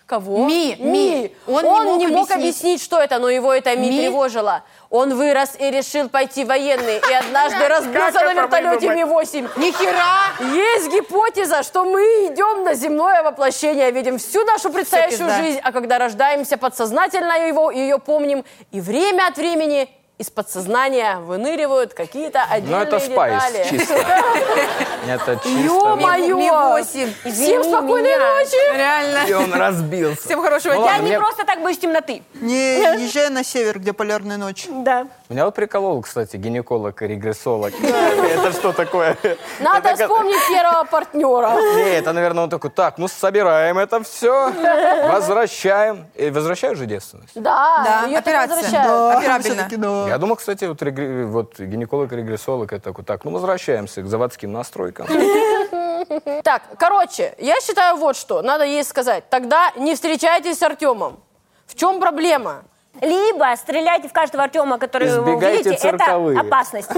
A: Кого?
C: Ми, ми.
A: Он, не мог объяснить, что это, но его это ми,
C: Ми?
A: тревожило. Он вырос и решил пойти в военные, и однажды разбился на вертолете Ми-8.
C: Ни хера!
A: Есть гипотеза, что мы идем на земное воплощение, видим всю нашу предстоящую
C: пизда.
A: жизнь, а когда рождаемся, подсознательно его, ее помним, и время от времени из подсознания выныривают какие-то
F: Но
A: отдельные
F: Ну, это спайс
A: детали.
F: чисто. Это чисто.
A: Ё-моё!
C: Ми-8.
A: Всем
D: Извини
A: спокойной
D: меня.
A: ночи!
F: И
C: Реально.
F: он разбился.
C: Всем хорошего
F: Ну
C: дня.
D: Я
F: ладно,
D: не
F: мне-
D: просто так боюсь темноты.
B: Не езжай на север, где полярная ночь.
D: Да.
F: Меня вот приколол, кстати, гинеколог и регрессолог. Это что такое?
A: Надо
F: Это как-
A: вспомнить первого партнера.
F: Не, это, наверное, он такой, так, ну собираем это все, возвращаем. И возвращаю же девственность.
A: Да,
C: Да,
A: ее
C: операция.
A: возвращают.
B: Да,
C: Операбельно.
B: всё-таки да.
F: Я думал, кстати, вот, регре- вот гинеколог и регрессолог, это такой, так, ну возвращаемся к заводским настройкам.
A: Так, короче, я считаю вот что, надо ей сказать. Тогда не встречайтесь с Артемом. В чем проблема?
D: Либо стреляйте в каждого Артема, который вы
F: Избегайте
D: увидите,
F: цирковые.
D: это опасность.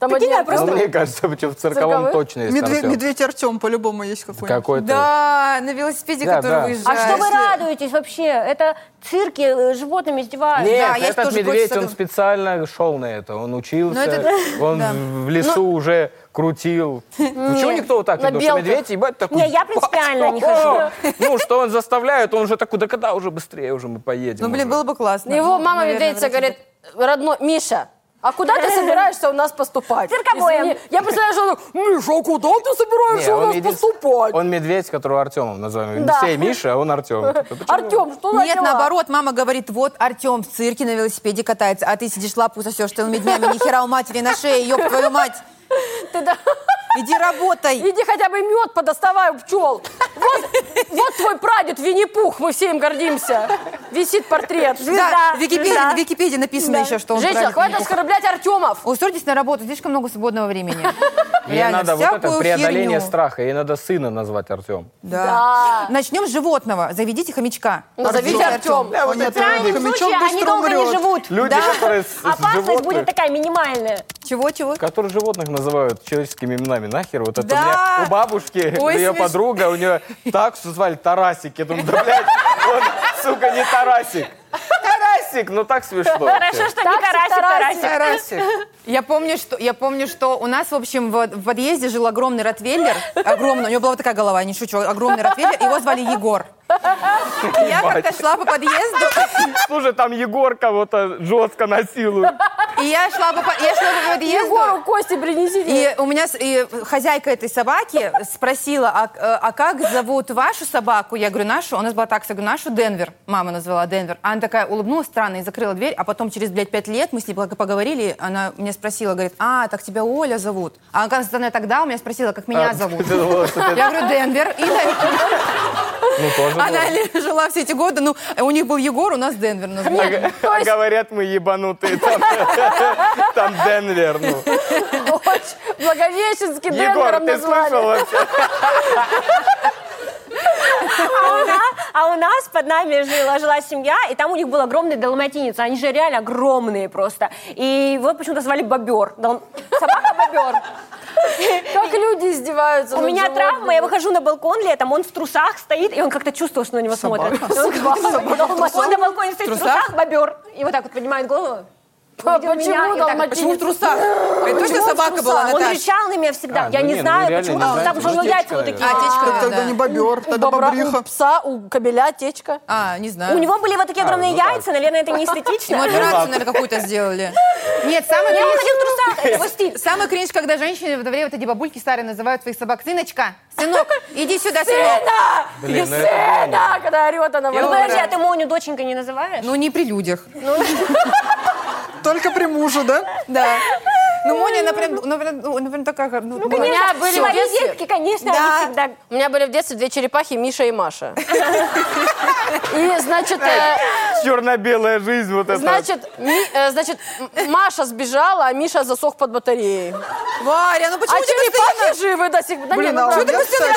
A: Там
D: Прикинь,
A: один
D: а просто-
F: Ну, мне кажется, почему в цирковом
A: Цирковых?
F: точно есть
B: Медве-
F: Артём.
B: Медведь Артем по-любому есть какой-нибудь.
F: Какой-то.
C: Да, на велосипеде,
F: Да,
C: который
F: да.
D: А
C: выезжает.
D: что вы радуетесь вообще? Это цирки э, животными издеваются.
F: Нет,
C: А, Да, я
F: этот
C: тоже
F: медведь,
C: больше с
F: он
C: этого- Ну,
F: специально шел на это, он учился,
C: это-
F: он
C: да. Ну,
F: в в лесу уже крутил. Почему никто вот так
A: на
F: не думал, что
A: белках.
F: медведь, ебать, такой...
D: Не, я принципиально не
F: «О, Ну, что он заставляет, он уже такой, да когда уже быстрее уже мы поедем.
C: Ну, блин,
F: уже».
C: было бы классно.
A: Его мама
C: Наверное,
A: медведица
C: вроде
A: говорит,
D: типа.
A: родной, Миша, а куда ты собираешься у нас поступать?
D: Цирковоем.
A: Извини. Я представляю, что он такой, Миша, а куда ты собираешься
F: Не,
A: у нас
F: един-
A: поступать?
F: он медведь, которого Артемом называем.
A: Да.
F: Все Миша, а он Артем.
A: Артем, что за
C: Нет,
A: дела?
C: наоборот, мама говорит, вот Артем в цирке на велосипеде катается, а ты сидишь лапу сосешь целыми днями, ни хера у матери на шее, ёб твою мать.
A: Ты да-
C: Иди работай.
A: Иди хотя бы мед подоставай у пчел. Вот, вот твой прадед Винни-Пух, мы все им гордимся. Висит портрет.
C: Да,
D: Звезда,
C: в Википедии,
D: звезда.
C: в Википедии написано еще, что он
A: Женщина,
C: правильный.
A: хватит оскорблять Артемов.
C: Устройтесь на работу, слишком много свободного времени.
F: Ей надо вот это
C: всякую
F: преодоление
C: херню.
F: страха, ей надо сына назвать Артем.
C: Да.
A: Да. Ну,
C: Начнем с животного. Заведите хомячка.
A: Назовите Артем.
B: Да, вот
D: В крайнем случае они долго не живут.
F: Люди, которые с- с
D: Опасность
F: животных-
D: будет такая минимальная.
C: Чего-чего?
F: Которые животных называют человеческими именами. Нахер вот это
C: Да.
F: у меня у бабушки,
C: Ой,
F: у ее
C: смеш-
F: подруга, у нее таксу звали Тарасик. Я думаю, да, блядь, он, сука, не Тарасик. Тарасик, ну так смешно.
D: Хорошо,
F: вообще.
D: что не карасик,
A: Тарасик.
D: карасик.
F: Тарасик.
C: Я помню, что, я помню, что у нас, в общем, в, в подъезде жил огромный ротвейлер. Огромный. У него была такая голова, я не шучу. Огромный ротвейлер. Его звали Егор. И Я как-то шла по подъезду,
F: Слушай, там Егор кого-то жестко насилует.
C: и я шла по, по- я шла по подъезду.
A: Егору кости принесите.
C: И у меня с- и хозяйка этой собаки спросила, а, э, а как зовут вашу собаку? Я говорю, нашу. У нас была такса, я говорю, нашу Денвер. Мама назвала Денвер. А Она такая улыбнулась странно и закрыла дверь. А потом через, блядь, пять лет мы с ней благо поговорили. Она меня спросила, говорит, а, так тебя Оля зовут. А как она тогда у меня спросила, как меня
F: А,
C: зовут.
F: Ты думала, что ты-
C: Я говорю, Денвер. И на-
F: Ну, тоже
C: она
F: было.
C: ли- жила все эти годы. Ну, у них был Егор, у нас Денвер назвали.
F: А г- а Говорят, мы ебанутые. Там, там Денвер. ну.
A: Очень Благовещенский
F: Егор,
A: Денвером
F: ты
A: назвали.
F: слышал вообще?
D: А у, нас, а у нас под нами жила, жила семья, и там у них был огромный долматинец. Они же реально огромные просто. И его почему-то звали Бобер. Дол- Собака Бобер.
A: Как люди издеваются
D: У
A: над
D: меня
A: животными.
D: травма, я выхожу на балкон летом, он в трусах стоит, и он как-то чувствовал, что на него смотрят. Он, он на балконе стоит в
C: трусах?
D: трусах, бобер. И вот так вот поднимает голову. увидел меня
A: Почему
D: и так-
A: долматинец?
C: А Почему в трусах? Это точно
D: Почему
C: собака
D: в
C: была,
D: трусах? Он
C: Наташа?
D: рычал на меня всегда.
F: А,
D: я
F: ну
D: не
F: не, ну
D: знаю,
F: реально
D: почему
F: не
D: там,
F: знаю,
D: там же у него
F: может,
D: яйца вот
F: течка,
D: такие.
C: А, течка,
B: Это Тогда
C: да.
B: не бобер,
A: У
B: тогда
A: бобра, у
B: бобриха.
A: пса, у кобеля течка.
C: А, не знаю.
D: У него были вот такие
F: А,
D: огромные
F: ну А, так.
D: яйца, наверное, это не
C: Ему
D: эстетично.
C: операцию, наверное, какую-то сделали. Нет,
F: ну
C: самый
D: Я
C: кринж,
D: выходил в трусах, это его стиль.
C: самый кринж, когда женщины во дворе вот эти бабульки старые называют своих собак. Сыночка, сынок, иди сюда, сынок.
F: Блин, ну это
A: Сына, ну когда орет она. во
D: Ну,
A: дворе.
D: подожди, а ты Моню доченька не называешь?
C: Ну, не при людях.
B: Только при муже, да?
C: Да. Ну, Моня, она прям, ну, прям, ну, она прям такая... Ну,
D: У
C: была.
A: меня
D: меня
A: были
D: были свои
A: в детстве-
D: детки, конечно,
C: Да.
D: они всегда...
A: У меня были в детстве две черепахи, Миша и Маша. И, значит, э,
F: Черно-белая жизнь вот это.
A: значит, Ми- э, значит, М- Маша сбежала, а Миша засох под батареей. А
C: Варя, ну почему тебе
A: черепахи живы до сих пор. Да не,
B: Блин,
A: ну
B: а у
A: правда.
B: меня, кстати,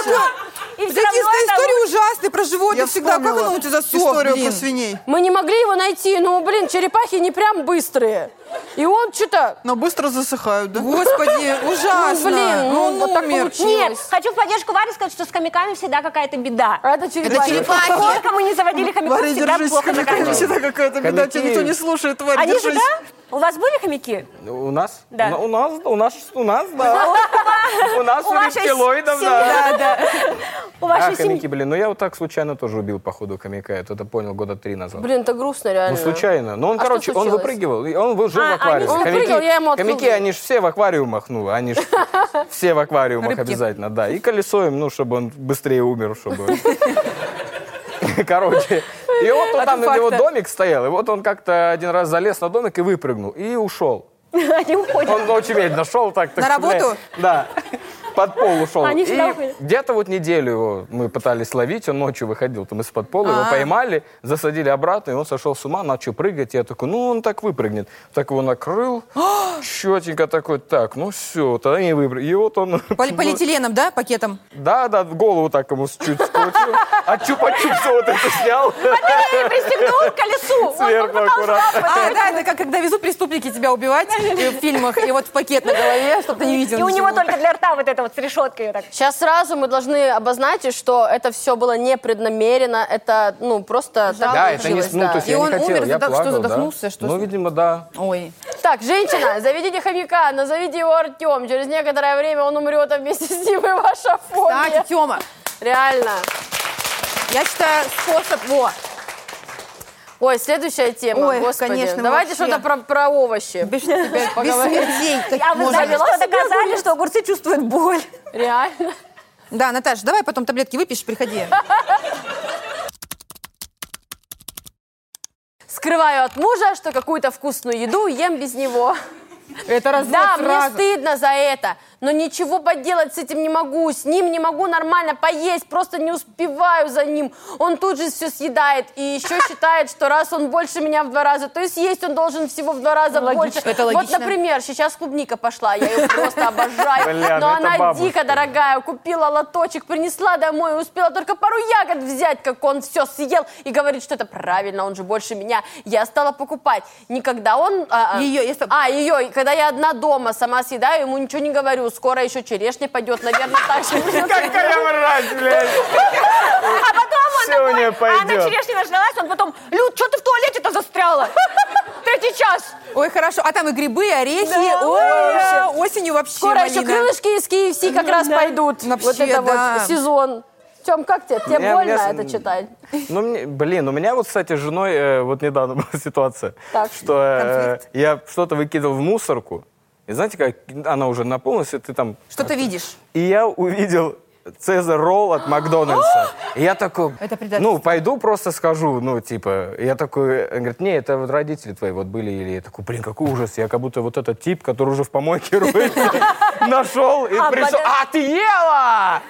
D: И
C: Вот
D: все
C: эти
D: равно это
C: истории ужасные про животных
B: я
C: всегда. Как
B: вспомнила
C: оно у тебя засох,
B: Историю
C: блин?
B: про свиней.
A: Мы не могли его найти, ну, блин, черепахи не прям быстрые. И он что-то...
B: Но быстро засыхают, да?
C: Господи, ужасно.
A: блин, ну,
C: он
A: вот так
C: умер.
A: получилось.
D: Нет, хочу в поддержку Варе сказать, что с хомяками всегда какая-то беда.
A: А это черепахи.
C: черепахи.
D: Сколько мы не заводили хомяков,
B: Варя,
D: всегда
B: держись,
D: плохо
B: хомяками
D: заканчивается.
B: всегда какая-то беда, тебя
F: Хомяки.
B: никто не слушает, Варя,
D: Они же,
B: держись.
D: да? У вас были хомяки?
F: У нас?
D: Да.
F: У на- У нас, у нас, у нас, да. У нас, у
D: У вашей
F: рептилоидов,
D: семьи.
F: да.
C: Да, да.
D: У
F: А,
D: вашей семьи?
F: хомяки, блин, ну я вот так случайно тоже убил, походу, хомяка. Я это понял года три назад.
A: Блин, это грустно реально.
F: Ну, случайно. Но он,
A: А
F: короче,
A: что
F: он
A: случилось?
F: выпрыгивал. и Он был- жил
D: А,
F: в аквариуме.
A: они- Он
F: Хомяки-
A: выпрыгивал, я ему открыл
F: Хомяки,
A: дверь.
F: они же все в аквариумах, ну, они же все в аквариумах
C: Рыбки.
F: обязательно, да. И колесо им, ну, чтобы он быстрее умер, чтобы... Короче. И вот он
C: От
F: там, у него
C: инфаркта.
F: домик стоял, и вот он как-то один раз залез на домик и выпрыгнул, и ушел.
D: Они уходят.
F: Он очень медленно шел так. так
C: На работу?
F: сказать. Да. Под пол ушел.
D: Они
F: и
D: всегда уходят.
F: где-то вот неделю его мы пытались ловить, он ночью выходил там из-под пола, его
C: А.
F: поймали, засадили обратно, и он сошел с ума, начал прыгать. Я такой, ну он так выпрыгнет. Так его накрыл, четенько такой, так, ну все, тогда не выпрыг. И вот он...
C: Пол- Полиэтиленом, да, пакетом?
F: Да, да, в голову так ему с- чуть скрутил. А чупа-чупса вот это снял.
D: Эй, пристегнул к колесу.
F: Сверху аккуратно.
C: А, да, это как когда везут преступники тебя убивать э, в фильмах, и вот в пакет на голове, чтобы ты не видел
D: И у него
C: ничего.
D: только для рта вот это вот с решеткой. вот так.
A: Сейчас сразу мы должны обозначить, что это все было непреднамеренно, это, ну, просто так
F: Да, это не,
A: получилось,
F: ну,
A: да.
F: то есть
C: И
F: я не
C: он
F: хотел,
C: умер,
F: я
C: задох- что,
F: плакал, да.
C: задохнулся, что
F: Ну,
C: с-
F: видимо, да.
C: Ой.
A: Так, женщина, заведите хомяка, назовите его Артем. Через некоторое время он умрет, а вместе с ним и ваша фобия.
C: Кстати, Тёма,
A: Реально.
C: я считаю, способ... Во,
A: Ой, следующая тема,
C: Ой,
A: господи.
C: конечно,
A: Давайте
C: вообще.
A: что-то про, про овощи.
C: без смертей. как
D: А вы
C: можно.
D: знаете, что доказали, что огурцы чувствуют боль?
A: Реально.
C: Да, Наташа, давай потом таблетки выпьешь, приходи.
A: Скрываю от мужа, что какую-то вкусную еду ем без него.
C: Это развод
A: Да, мне стыдно за это, но ничего поделать с этим не могу, с ним не могу нормально поесть, просто не успеваю за ним. Он тут же все съедает и еще считает, что раз он больше меня в два раза, то есть есть он должен всего в два раза
C: Логично.
A: больше.
C: Это
A: вот,
C: логично.
A: например, сейчас клубника пошла, я ее просто обожаю,
F: Бля, ну
A: но
F: это
A: она
F: бабушка.
A: дико дорогая, купила лоточек, принесла домой, и успела только пару ягод взять, как он все съел и говорит, что это правильно, он же больше меня. Я стала покупать. Никогда он... а, а,
C: Её, я с тобой-
A: а, ее, когда я одна дома сама съедаю, ему ничего не говорю. Скоро еще черешня пойдет, наверное, так же.
F: Какая мразь, блядь.
D: А потом он
F: Всё у
D: такой,
F: нее
D: а она
F: пойдет.
D: черешня нажралась, он потом, Люд, что ты в туалете-то застряла? Третий час.
C: Ой, хорошо. А там и грибы, и орехи.
D: Да,
C: Ой, осенью вообще
A: Скоро еще
C: малина.
A: крылышки из KFC
C: Ну
A: как раз пойдут.
C: Вообще,
A: Вот это
C: да.
A: вот сезон. Тем, как тебе? Тебе
F: Мне-
A: больно
F: мне с-
A: это читать?
F: Ну, мне- блин, у меня вот, кстати, с женой э, вот недавно была ситуация,
A: Так.
F: что э,
C: Конфликт.
F: я что-то выкидывал в мусорку, и знаете, как она уже наполнилась, и ты там...
C: Что ты видишь?
F: И я увидел Цезарь Ролл от Макдональдса. И я такой,
C: Это предательство.
F: ну, пойду просто скажу, ну, типа, я такой, он говорит, не, это вот родители твои вот были, или я такой, блин, какой ужас, я как будто вот этот тип, который уже в помойке роется, нашел и
D: А,
F: пришел,
D: подо-
F: а, ты ела!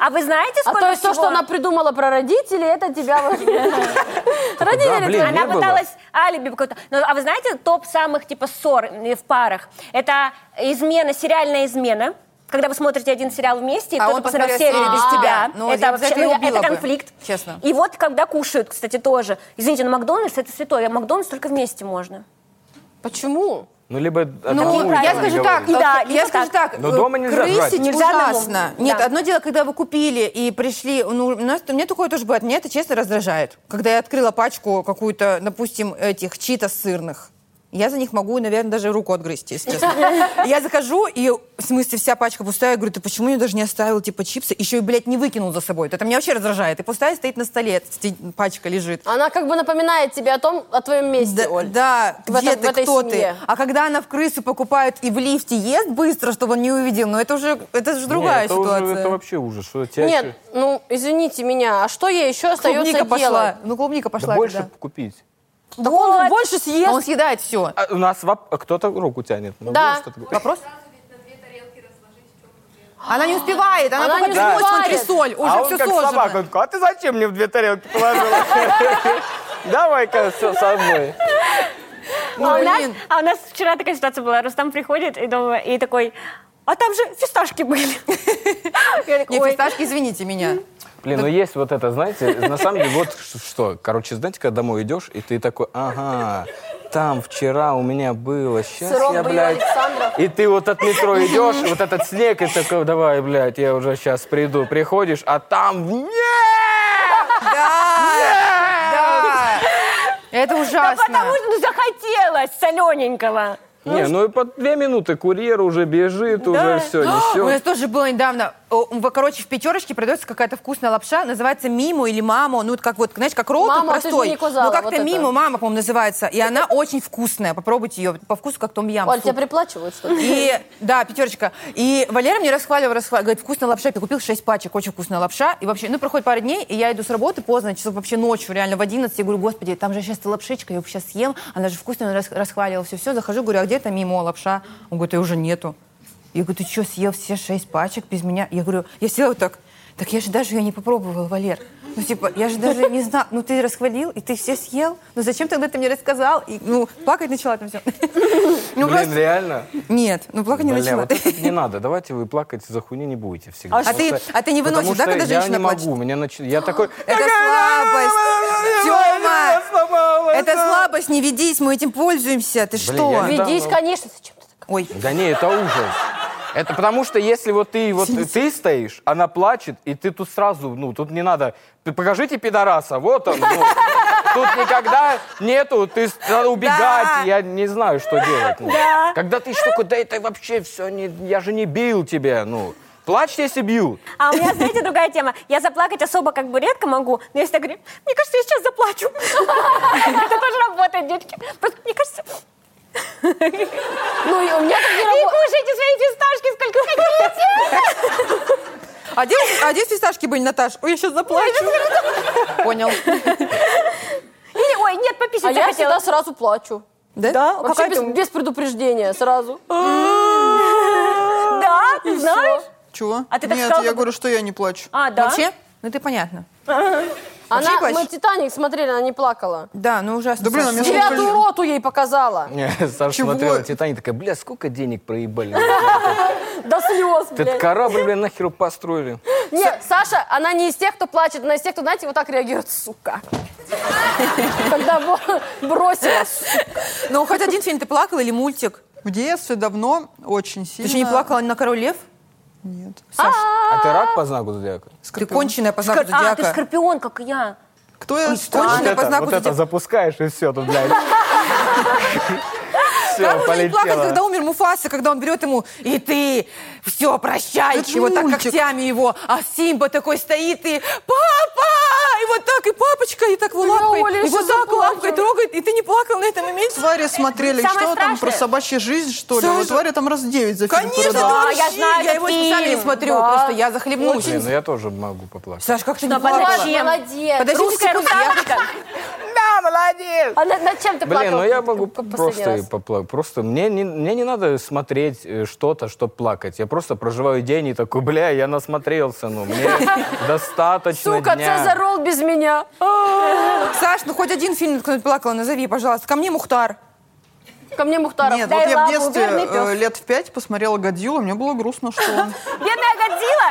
D: А вы знаете,
A: А
D: сколько
A: то есть то,
D: всего?
A: что она придумала про родителей, это тебя вот...
F: Да, блин,
A: Родители
F: не
D: Она
F: было.
D: пыталась алиби какое-то. Но, а вы знаете топ самых типа ссор э, в парах? Это измена, сериальная измена. Когда вы смотрите один сериал вместе, и
C: А
D: кто-то
C: он
D: посмотрел
C: посмотрел
D: серию без
C: серию.
D: тебя.
C: А, ну, я бы за
D: вообще-
C: это и
D: ну,
C: убила бы,
D: конфликт.
C: честно.
D: И вот когда кушают, кстати, тоже. Извините, но Макдональдс это святое. А Макдональдс только вместе можно.
A: Почему?
F: Ну, либо...
C: Ну,
F: одному
C: я
F: никому не
C: скажу
F: говорю.
C: так, ну,
D: И да,
C: я
D: либо
C: скажу так,
F: Но
C: э,
F: дома нельзя
C: крысить
F: жрать.
D: Нельзя дома.
C: ужасно. Нет,
D: Да.
C: одно дело, когда вы купили и пришли, ну, у, нас, у меня такое тоже бывает, меня это честно раздражает. Когда я открыла пачку какую-то, допустим, этих читос сырных, Я за них могу, наверное, даже руку отгрызть, если честно. Я захожу, и, в смысле, вся пачка пустая. Я говорю, ты почему я даже не оставил, типа, чипсы? Еще и, блядь, не выкинул за собой. Это меня вообще раздражает. И пустая стоит на столе, сти- пачка лежит.
A: Она как бы напоминает тебе о том, о твоем месте,
C: Да,
A: Оль.
C: да,
A: В
C: где
A: этом- в
C: ты,
A: этой
C: кто
A: семье.
C: ты. А когда она в крысы покупают и в лифте ест быстро, чтобы он не увидел, ну это уже, это же другая
F: это уже-
C: ситуация.
F: это вообще ужас. Что тебя еще-
A: Нет, ну, извините меня, а что ей еще остается
C: клубника
A: делать?
C: пошла. Ну, клубника
F: Да
C: пошла.
F: больше
C: туда.
F: купить.
A: Да он же больше
C: А
A: съест.
C: Он съедает все.
F: А у нас воп- а кто-то руку тянет. Ну,
A: Да.
F: вот что-то-
C: Вопрос?
E: Сразу ведь на две тарелки разложить, в чем проблема.
C: Она не успевает, она,
A: Она
C: только
A: не
C: думает,
A: успевает.
C: смотри, соль, уже
F: а он
C: все
F: как
C: сложено.
F: собака, он такой, а ты зачем мне в две тарелки положила? Давай-ка все со мной.
D: А у, нас,
C: Ну, блин.
D: а у нас вчера такая ситуация была. Рустам приходит и, дома, и такой, а там же фисташки были. Я
C: Не,
D: такая, «Ой».
C: фисташки, извините меня.
F: Блин, ну есть вот это, знаете, на самом деле, вот ш- что. Короче, знаете, когда домой идешь, и ты такой, ага, там вчера у меня было, сейчас
A: Сырок
F: я,
A: был
F: блядь.
A: Александров.
F: И ты вот от метро идешь, вот этот снег, и такой, давай, блядь, я уже сейчас приду. Приходишь, а там нет!
C: Да! Это
D: Потому
C: ужасно.
D: что ну, захотелось солененького.
F: Не, ну и по две минуты курьер уже бежит, уже все,
C: А, У
F: несет.
C: нас тоже было недавно, о, в- короче, в пятерочке продается какая-то вкусная лапша, называется мимо или мамо, ну, вот как вот, знаешь, как ролл
A: Мамо, это же
C: простой,
A: не козала,
C: но как-то
A: вот это.
C: мимо, мама, по-моему, называется, и она очень вкусная, попробуйте ее, по вкусу как том ям
A: Оль, тебе приплачивают, что ли?
C: И, да, пятерочка. И Валера мне расхваливал, расхваливал, говорит, вкусная лапша, я купил 6 пачек, очень вкусная лапша. И вообще, ну, проходит пара дней, и я иду с работы поздно, часов вообще ночью, реально в 11, я говорю, господи, там же сейчас лапшичка, я ее сейчас съем, она же вкусная, он рас- расхваливал, все-все, захожу, говорю, а где там мимо лапша? Он говорит, ее уже нету. Я говорю, ты что, съел все шесть пачек без меня? Я говорю, я съела вот так. Так я же даже ее не попробовала, Валер. Ну, типа, я же даже не знал. Ну, ты расхвалил, и ты все съел. Ну, зачем тогда ты мне рассказал? И, ну, плакать начала там все. Ну,
F: Блин,
C: просто...
F: реально?
C: Нет, ну, плакать не
F: Бля,
C: начала.
F: вот это не надо. Давайте вы плакать за хуйни не будете всегда.
C: А что?
F: Потому
C: А ты- а ты не
F: потому
C: выносишь, да,
F: что
C: когда
F: Я
C: женщина
F: не
C: плачет?
F: могу. Меня нач- Я такой...
C: Это слабость. Тёма, это слабость, не ведись, мы этим пользуемся. Ты что?
F: я-
A: Ведись,
F: да, ну.
A: конечно, зачем ты такая?
C: Ой.
F: Да не, это ужас. Это потому что если вот ты вот ты стоишь, она плачет, и ты тут сразу, ну, тут не надо. «П- Покажите пидораса, вот он. ну». Тут никогда нету, ты с- надо убегать,
C: Да.
F: я не знаю, что делать. ну. Когда ты ещё такой, да это вообще все, не, я же не бил тебя, ну. Плачь, если бьют.
D: А у меня, знаете, другая тема. Я заплакать особо как бы редко могу, но если я говорю, мне кажется, я сейчас заплачу. Это тоже работает, девочки. Просто, мне кажется,
A: Ну, и у меня так не
D: не
A: работает.
D: кушайте свои фисташки, сколько хотите.
C: А где, а где фисташки были, Наташ? Ой, я сейчас заплачу. Понял.
D: Или, ой, нет,
A: А
D: пописать
A: я всегда
D: захотела.
A: сразу плачу.
B: Ну,
D: Да,
A: Вообще
D: какая
A: без,
D: ты-
A: без предупреждения, сразу.
D: Да, ты знаешь?
B: Чего?
D: А ты так
B: Нет,
D: сказала,
B: я
D: как-
B: говорю, что я не плачу.
D: А, да.
C: Вообще? Ну, ты понятно. Вообще
A: Она,
C: плачешь?
A: мы «Титаник» смотрели, она не плакала.
C: Да, ну ужасно.
B: Да, блин,
C: Саша.
B: а мне-
A: Девятую роту ей показала.
F: Не, Саша
B: Чего?
F: смотрела «Титаник», такая, бля, сколько денег проебали.
A: До слез,
F: Этот
A: блядь.
F: корабль, бля, нахер построили.
A: Нет, Саша, она не из тех, кто плачет, она из тех, кто, знаете, вот так реагирует, сука. Когда бо- бросила,
C: Ну, хоть один фильм ты плакал или мультик?
B: В детстве давно очень
C: Ты
B: сильно...
C: еще не плакала на «Король лев»?
B: Нет.
C: Саш,
F: А ты рак по знаку зодиака?
C: ты конченая по знаку
D: Скор- А, ты
C: зодиака.
D: скорпион, как и я.
B: Кто я?
C: Конченая по знаку зодиака.
F: запускаешь, и все тут, блядь.
C: Как
F: Все,
C: можно не плакать, когда умер Муфаса, когда он берет ему, и ты, все, прощай,
B: Это же
C: и вот так
B: мультик.
C: когтями его, а Симба такой стоит и, папа, и вот так, и папочка, и так его
A: Оля,
C: лапкой, и
A: я
C: вот
A: щас
C: так лапкой трогает, и ты не плакал на этом моменте?
B: Твари смотрели,
D: Самое
B: что там, про
D: страшное-
B: собачью жизнь, что ли?
C: Саша-
B: Вот твари там раз 9 за фильм
C: Конечно, это
B: продали.
D: Да,
C: вообще,
D: я знаю
C: я
D: этот
C: его специально не
D: фильм,
C: смотрю,
D: да.
C: просто я захлебнулась.
F: Блин, ну я тоже могу поплакать.
C: Саш, как ты не
B: А
D: Да подожди.
C: плакала?
D: Зачем?
A: молодец.
C: Подождите
D: Русская
C: секунду, я
D: русалочка.
F: Да, молодец!
A: А на- над чем ты
F: Блин,
A: плакала?
F: ну я могу
A: Последний
F: просто и
A: раз.
F: поплакать. Просто мне не, мне не надо смотреть э, что-то, чтобы плакать. Я просто проживаю день и такой, бля, я насмотрелся, ну, мне достаточно
A: Сука,
F: дня.
A: Цезарь ролл без меня.
C: Саш, ну хоть один фильм кто-нибудь плакала, назови, пожалуйста. Ко мне Мухтар.
A: Ко мне Мухтаров.
B: Нет,
A: Дай
B: вот я в
A: лапу,
B: детстве
A: верный
B: э,
A: пёс.
B: лет в пять посмотрела «Годзиллу», мне было грустно, что он...
D: Бедная Годзилла.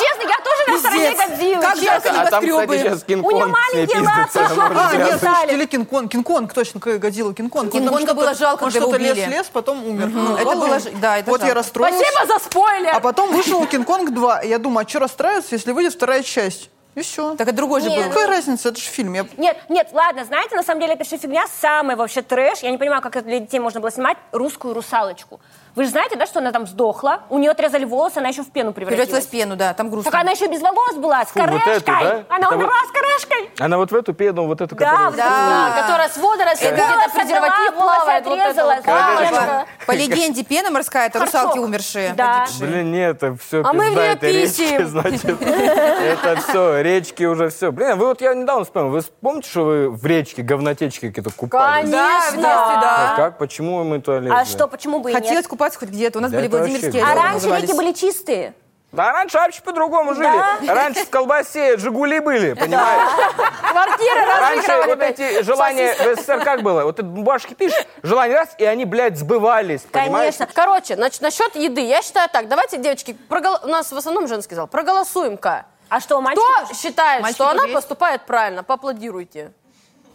D: Честно, я тоже на стороне
C: Пиздец.
D: Годзиллы.
C: Как
D: честно.
C: жалко
F: А там,
C: небоскребы.
F: кстати, сейчас
D: У неё
F: Кинг-Конг с ней
D: маленькие
F: пиздится.
D: лапы,
F: я могу
B: А,
F: тебя
B: нет,
D: Писали.
B: слушатели, Кинг-Конг, Кинг-Конг, точно, какая «Годзилла», Кинг-Конг. Он там
C: Кинг-Конга
B: что-то-
C: было жалко,
B: он
C: когда
B: что-то
C: убили.
B: лез-лез, потом умер. Ну,
C: Это
B: ладно.
C: было ж- да, это
B: Вот
C: жалко.
B: я расстроилась.
A: Спасибо за спойлер.
B: А потом вышел «Кинг-Конг 2». Я думаю, а что расстраиваться, если выйдет вторая часть? И все.
C: Так это другой же
A: Нет.
C: был.
B: Какая разница, это же фильм. Я...
D: Нет, нет, ладно, знаете, на самом деле это все фигня, самый вообще трэш. Я не понимаю, как это для детей можно было снимать русскую русалочку. Вы же знаете, да, что она там сдохла, у нее отрезали волосы, она еще в пену
C: Превратилась
D: превратилась.
C: в пену, да, там грустно.
D: Так она еще без волос была, с
F: Фу, вот эту,
D: корешкой.
F: да?
D: Она
F: Это
D: умерла
F: вот-
D: с корешкой.
F: Она вот в эту пену, вот эту,
D: Да,
F: которую...
D: вот
C: Да.
A: А, которая с водорослей,
C: Это-
A: где-то
D: Волосы
A: презерватив
D: отдала, волосы
A: плавает. вот это
D: отрезала,
A: вот.
D: да.
A: Конечно.
C: По- По легенде, пена морская, это
D: Харчок.
C: русалки умершие.
D: Да.
F: Блин, нет, это все
A: А мы в неё писем.
F: значит. Это все, речки уже все. Блин, вы вот я недавно вспомнил, вы помните, что вы в речке говнотечке какие-то купались?
A: Конечно.
C: Да, в детстве, да.
F: А как, почему мы то лезли?
D: А что, почему бы и нет?
C: Хотелось купаться хоть где-то. У нас
F: Да
C: были
F: это вообще
C: Владимирские
D: А
F: здорово
C: озера
D: раньше
C: назывались.
D: реки были чистые.
F: Да раньше вообще по-другому жили. Раньше в колбасе Жигули были, понимаешь?
A: Квартиры
F: Раньше
A: разыгрывали.
F: вот эти желания в СССР как было? Вот ты бумажки пишешь, желание раз, и они, блядь, сбывались, понимаешь?
A: Конечно. Короче, значит, насчет еды. Я считаю так. Давайте, девочки, прогол- у нас в основном женский зал. Проголосуем-ка.
D: А что, мальчики?
A: Кто
D: тоже?
A: считает,
C: Мальчики
A: что она
C: тоже есть?
A: поступает правильно? Поаплодируйте.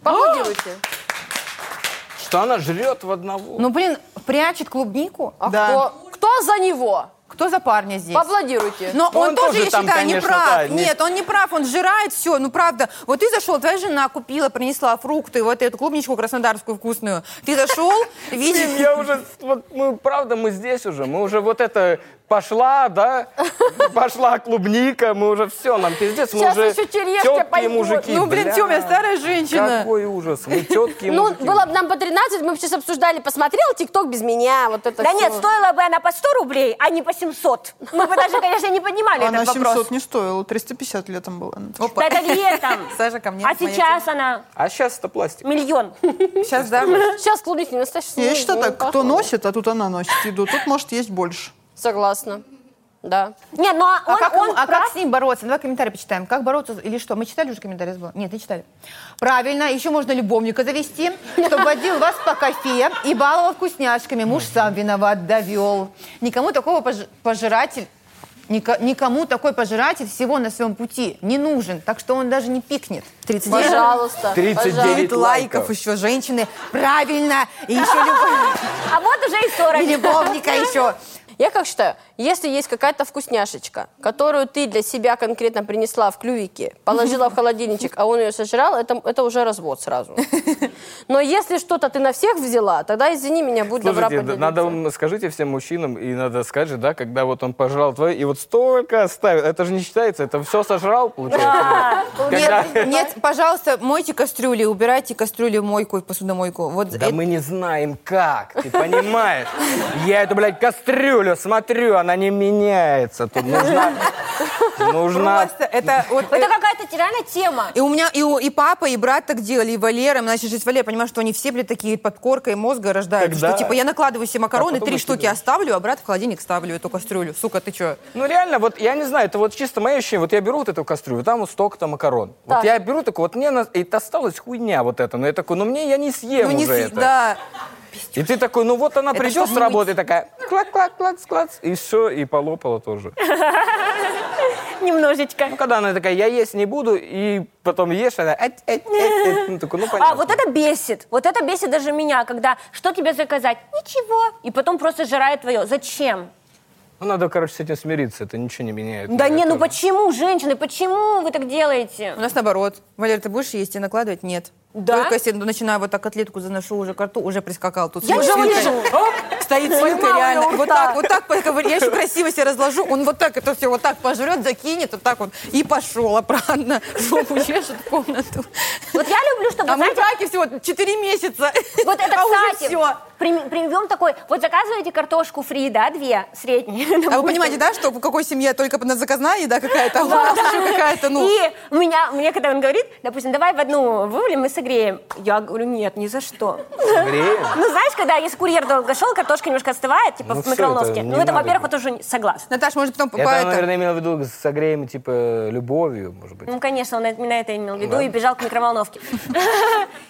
A: Поаплодируйте.
F: Что она жрет в одного.
C: Ну, блин, прячет клубнику.
A: А
B: Да.
A: кто? Кто за него?
C: Кто за парня здесь?
A: Поаплодируйте.
C: Но
F: Ну,
C: он,
F: он
C: тоже,
F: тоже
C: я
F: там,
C: считаю, не
F: конечно,
C: прав.
F: да, не-
C: Нет, он не прав, он жирает все, ну правда. Вот ты зашел, твоя жена купила, принесла фрукты, вот эту клубничку краснодарскую вкусную. Ты зашел,
F: Блин,
C: видишь...
F: я уже, вот мы, правда, мы здесь уже, мы уже вот это, пошла, да, пошла клубника, мы уже все, нам пиздец, мы
A: Сейчас
F: уже
A: еще черешки
F: тёткие
A: пойдут.
F: мужики.
C: Ну, блин,
F: бля.
C: Тём, я старая женщина.
F: Какой ужас, мы тетки
A: Ну, было бы нам по 13, мы бы сейчас обсуждали, посмотрел ТикТок без меня, вот это
D: Да
A: всё.
D: нет, стоила бы она по 100 рублей, а не по 700. Мы бы даже, конечно, не поднимали
B: Она
D: этот
B: 700
D: вопрос.
B: не стоила, 350 летом была. Наташа.
C: Опа.
D: Да это летом.
C: Саша ко мне.
D: А сейчас она
F: А сейчас это пластик.
D: миллион.
C: Сейчас, да.
A: Сейчас клубники не настоящий
B: Не, Я
A: снег,
B: считаю
A: ну,
B: так, кто
A: похоже.
B: носит, а тут она носит еду, тут может есть больше.
A: Согласна. Да.
D: Не, ну а
C: А,
D: он,
C: как,
D: он
C: ему- а
D: прав.
C: как с ним бороться? Давай комментарии почитаем. Как бороться или что? Мы читали уже комментарии? Сбыла? Нет, не читали. Правильно, еще можно любовника завести, чтобы водил вас по кофе и баловал вкусняшками. Муж сам виноват, довел. Никому такого пож- пожиратель... ника- Никому такой пожиратель всего на своем пути не нужен, так что он даже не пикнет. 39
A: Пожалуйста.
F: 39
A: пожалуйста.
F: лайков.
C: еще женщины. Правильно. И еще любовь-
D: А вот уже и 40.
C: и любовника еще.
A: Я как считаю, если есть какая-то вкусняшечка, которую ты для себя конкретно принесла в клювике, положила в холодильничек, а он ее сожрал, это, это уже развод сразу. Но если что-то ты на всех взяла, тогда, извини меня, будь добра
F: Слушайте,
A: поделиться.
F: надо вам- скажите всем мужчинам, и надо сказать же, да, когда вот он пожрал твою, и вот столько оставил, это же не считается, это все сожрал, получается.
C: Нет, нет, пожалуйста, мойте кастрюли, убирайте кастрюли в мойку и в посудомойку. Вот
F: Да
C: это-
F: мы не знаем как, ты понимаешь? Я эту, блядь, кастрюлю смотрю, она не меняется. Тут нужна... Нужна...
C: просто это вот.
D: Это какая-то реально тема.
C: И у меня и, у- и папа, и брат так делали, и Валера. Мы начали жить с Валерой, понимаешь, что они все, блядь, такие под коркой мозга рождаются.
F: Когда?
C: Что, типа, я накладываю себе макароны,
F: А потом
C: три штуки
F: накидываешь.
C: оставлю, а брат в холодильник ставлю эту кастрюлю. Сука, ты чё?
F: Ну реально, вот я не знаю, это вот чисто мое ощущение. Вот я беру вот эту кастрюлю, там вот столько-то макарон.
A: Так.
F: Вот я беру такой, вот мне на- и осталась хуйня вот эта. Но я такой, ну мне я не съем
C: Ну, не
F: уже
C: с-
F: это.
C: Да.
F: И ты такой, ну вот она
C: Это
F: придет
C: чтобы
F: с
C: мыть.
F: работы и такая, клак-клак-клак-клац, и все, и полопала тоже.
D: Немножечко.
F: Ну когда она такая, я есть не буду, и потом ешь, она, «Ать, ать, ать, ать». ну такой, ну понятно.
D: А, вот это бесит. Вот это бесит даже меня, когда что тебе заказать? Ничего. И потом просто жирает твое. Зачем?
F: Ну, надо, короче, с этим смириться, это ничего не меняет.
D: Да не, ну
F: Это-
D: почему, женщины, почему вы так
C: У
D: делаете?
C: нас наоборот. Валер, ты будешь есть и накладывать? Нет.
D: Да?
C: Только если начинаю вот так котлетку заношу уже к рту, уже прискакал. Тут
A: Я
C: с
A: не
C: вилкой.
A: вижу.
C: Стоит с вилкой
A: Поймала
C: реально.
A: его у
C: Вот
A: рта.
C: так, вот так. пока говорю, Я еще красиво себе разложу. Он вот так это все вот так пожрет, закинет, вот так вот. И пошел обратно. Жопу чешет в комнату.
D: Вот я люблю, чтобы,
C: А мы в
D: знаете,
C: браке всего 4 месяца.
D: Вот это,
C: а уже
D: кстати,
C: все.
D: прим- приведем такой, вот заказываете картошку фри, да, две, средние.
C: А вы понимаете, да, что в какой семье только на заказная еда какая-то, а у нас еще какая-то, ну...
D: И у меня, мне когда он говорит, допустим, давай в одну вывалим и согреем. Я говорю, нет, ни за что.
F: Время.
D: Ну, знаешь, когда если курьер долго шел, картошка немножко остывает, типа
F: Ну,
D: в
F: всё
D: микроволновке.
F: это не
D: ну, это,
F: надо.
D: во-первых, вот уже не- согласна.
C: Наташ, может, потом по
F: Это, она,
C: это...
F: наверное, имела в виду согреем, типа, любовью, может быть.
D: Ну, конечно, он именно это имел в виду и бежал к микроволновке.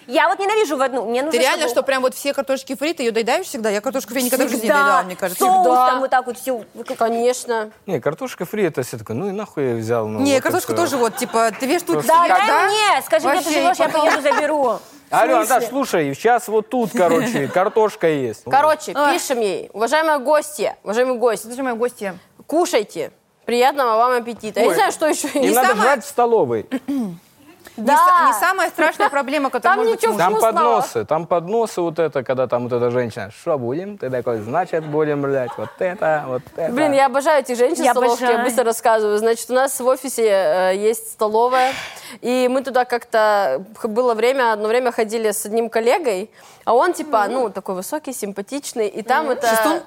D: Я вот ненавижу в одну. Мне нужно,
C: Ты реально, что
D: чтобы-
C: прям вот все картошки фри, ты ее доедаешь всегда? Я картошку фри никогда в жизни не
D: Всегда.
C: доедала, мне кажется.
D: Соус
A: Всегда.
D: там вот так вот все.
A: Ну, Конечно.
F: Не, картошка фри, это все такое, ну и нахуй я её взял. Ну,
C: Не,
F: вот
C: картошку
F: это.
C: тоже вот, типа, две штуки.
F: Да,
D: Да, дай мне, скажи, где ты
C: Вообще,
D: живешь, я поеду заберу.
F: Алло,
D: В смысле?
F: Наташ, слушай, сейчас вот тут, короче, картошка есть.
A: Короче, пишем ей. Уважаемые гости, уважаемые гости,
C: Слушай, мои гости.
A: кушайте. Приятного вам аппетита. Я не
F: Ой.
A: знаю, что еще
F: Не
A: есть.
F: надо
C: самое-
F: жрать в столовой.
A: Да.
C: Не, са- не самая страшная проблема, которая
A: Там
C: может
A: ничего
C: быть.
F: Там
A: вкусного.
F: подносы, там подносы вот это, когда там вот эта женщина, что будем? Ты такой, значит, будем, блядь, вот это, вот это.
A: Блин, я обожаю этих женщин
D: Я
A: столовки, я
D: обожаю.
A: быстро рассказываю. Значит, у нас в офисе э, есть столовая, и мы туда как-то х- было время, одно время ходили с одним коллегой, а он типа, ну, такой высокий, симпатичный, и там это...
C: Шестун?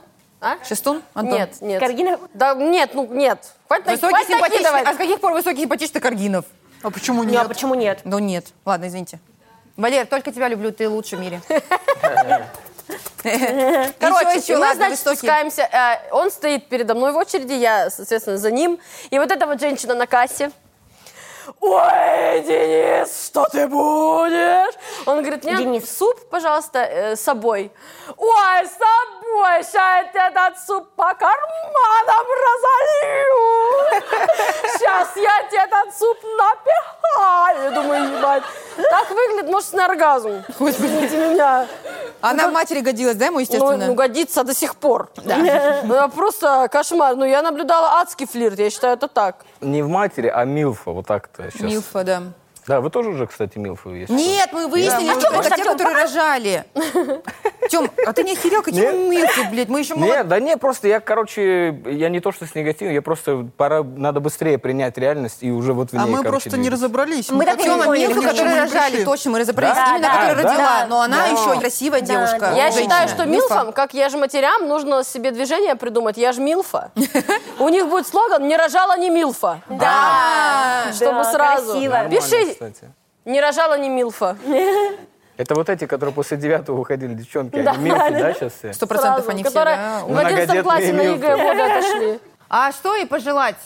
A: А?
C: Шестун, Антон?
A: Нет, нет.
D: Каргинов?
A: Да нет, ну нет. Хватит, на-
C: Высокий,
A: хватит
C: симпатичный.
A: накидывать.
C: А с каких пор высокий, симпатичный Каргинов?
B: А почему
D: Ну а
B: нет?
D: почему нет?
C: Ну нет. Ладно, извините. Валер, только тебя люблю, ты лучше в мире.
A: Короче,
C: Короче,
A: и
C: еще,
A: мы, Ну,
C: ладно,
A: значит,
C: высокий.
A: спускаемся. э, он стоит передо мной в очереди, я, соответственно, за ним. И вот эта вот женщина на кассе. Ой, Денис, что ты будешь? Он говорит, мне
D: Денис.
A: суп, пожалуйста, э, с собой. Ой, с собой, сейчас этот суп по карманам разолью. Сейчас я тебе этот суп напихаю. Я думаю, ебать, так выглядит, может, на оргазм. Извините меня.
C: Она в матери годилась, да, ему,
A: Ну, ну,
C: естественно?
A: годится до сих пор. Ну, я просто кошмар. Ну, я наблюдала адский флирт, я считаю, это так.
F: Не в матери, а Милфа, вот так-то сейчас.
C: Милфа, да.
F: Да, вы тоже уже, кстати, Милфы есть.
C: Нет, мы выяснили,
A: Да,
C: что
A: мы-
C: это те, которые рожали. Тем, а ты не охерел, какие
F: Нет.
C: мы милки, блядь, мы
B: Ну,
C: еще молодые.
F: Нет, да не, просто я, короче, я не то что с негативом, я просто пора, надо быстрее принять реальность и уже вот в ней,
B: А мы
F: короче,
B: просто не
F: двигаться.
B: разобрались.
D: Мы так и не
B: хотели,
D: поняли,
B: ни к
C: Милфы,
B: чему
C: которые
B: не
C: рожали,
B: пришли.
C: точно, мы разобрались
F: Да?
C: именно,
F: Да,
C: которая
F: да.
C: родила,
A: Да.
C: но она еще красивая девушка.
A: я
C: женщина.
A: считаю, что
C: Милфа.
A: милфам, как я же матерям, нужно себе движение придумать. Я же милфа. У них будет слоган «Не рожала не милфа».
D: Да,
A: Чтобы
D: да,
A: сразу.
D: красиво.
F: Нормально,
A: Пиши.
F: кстати.
A: «Не рожала не милфа».
F: Это вот эти, которые после девятого уходили, девчонки, они Милфы, да, сейчас все?
C: Сто процентов
A: Сразу,
C: они все,
A: которые
C: да.
A: в 11
F: Многодетные
A: классе на
F: милфы.
A: ЕГЭ воды отошли.
C: А что и пожелать?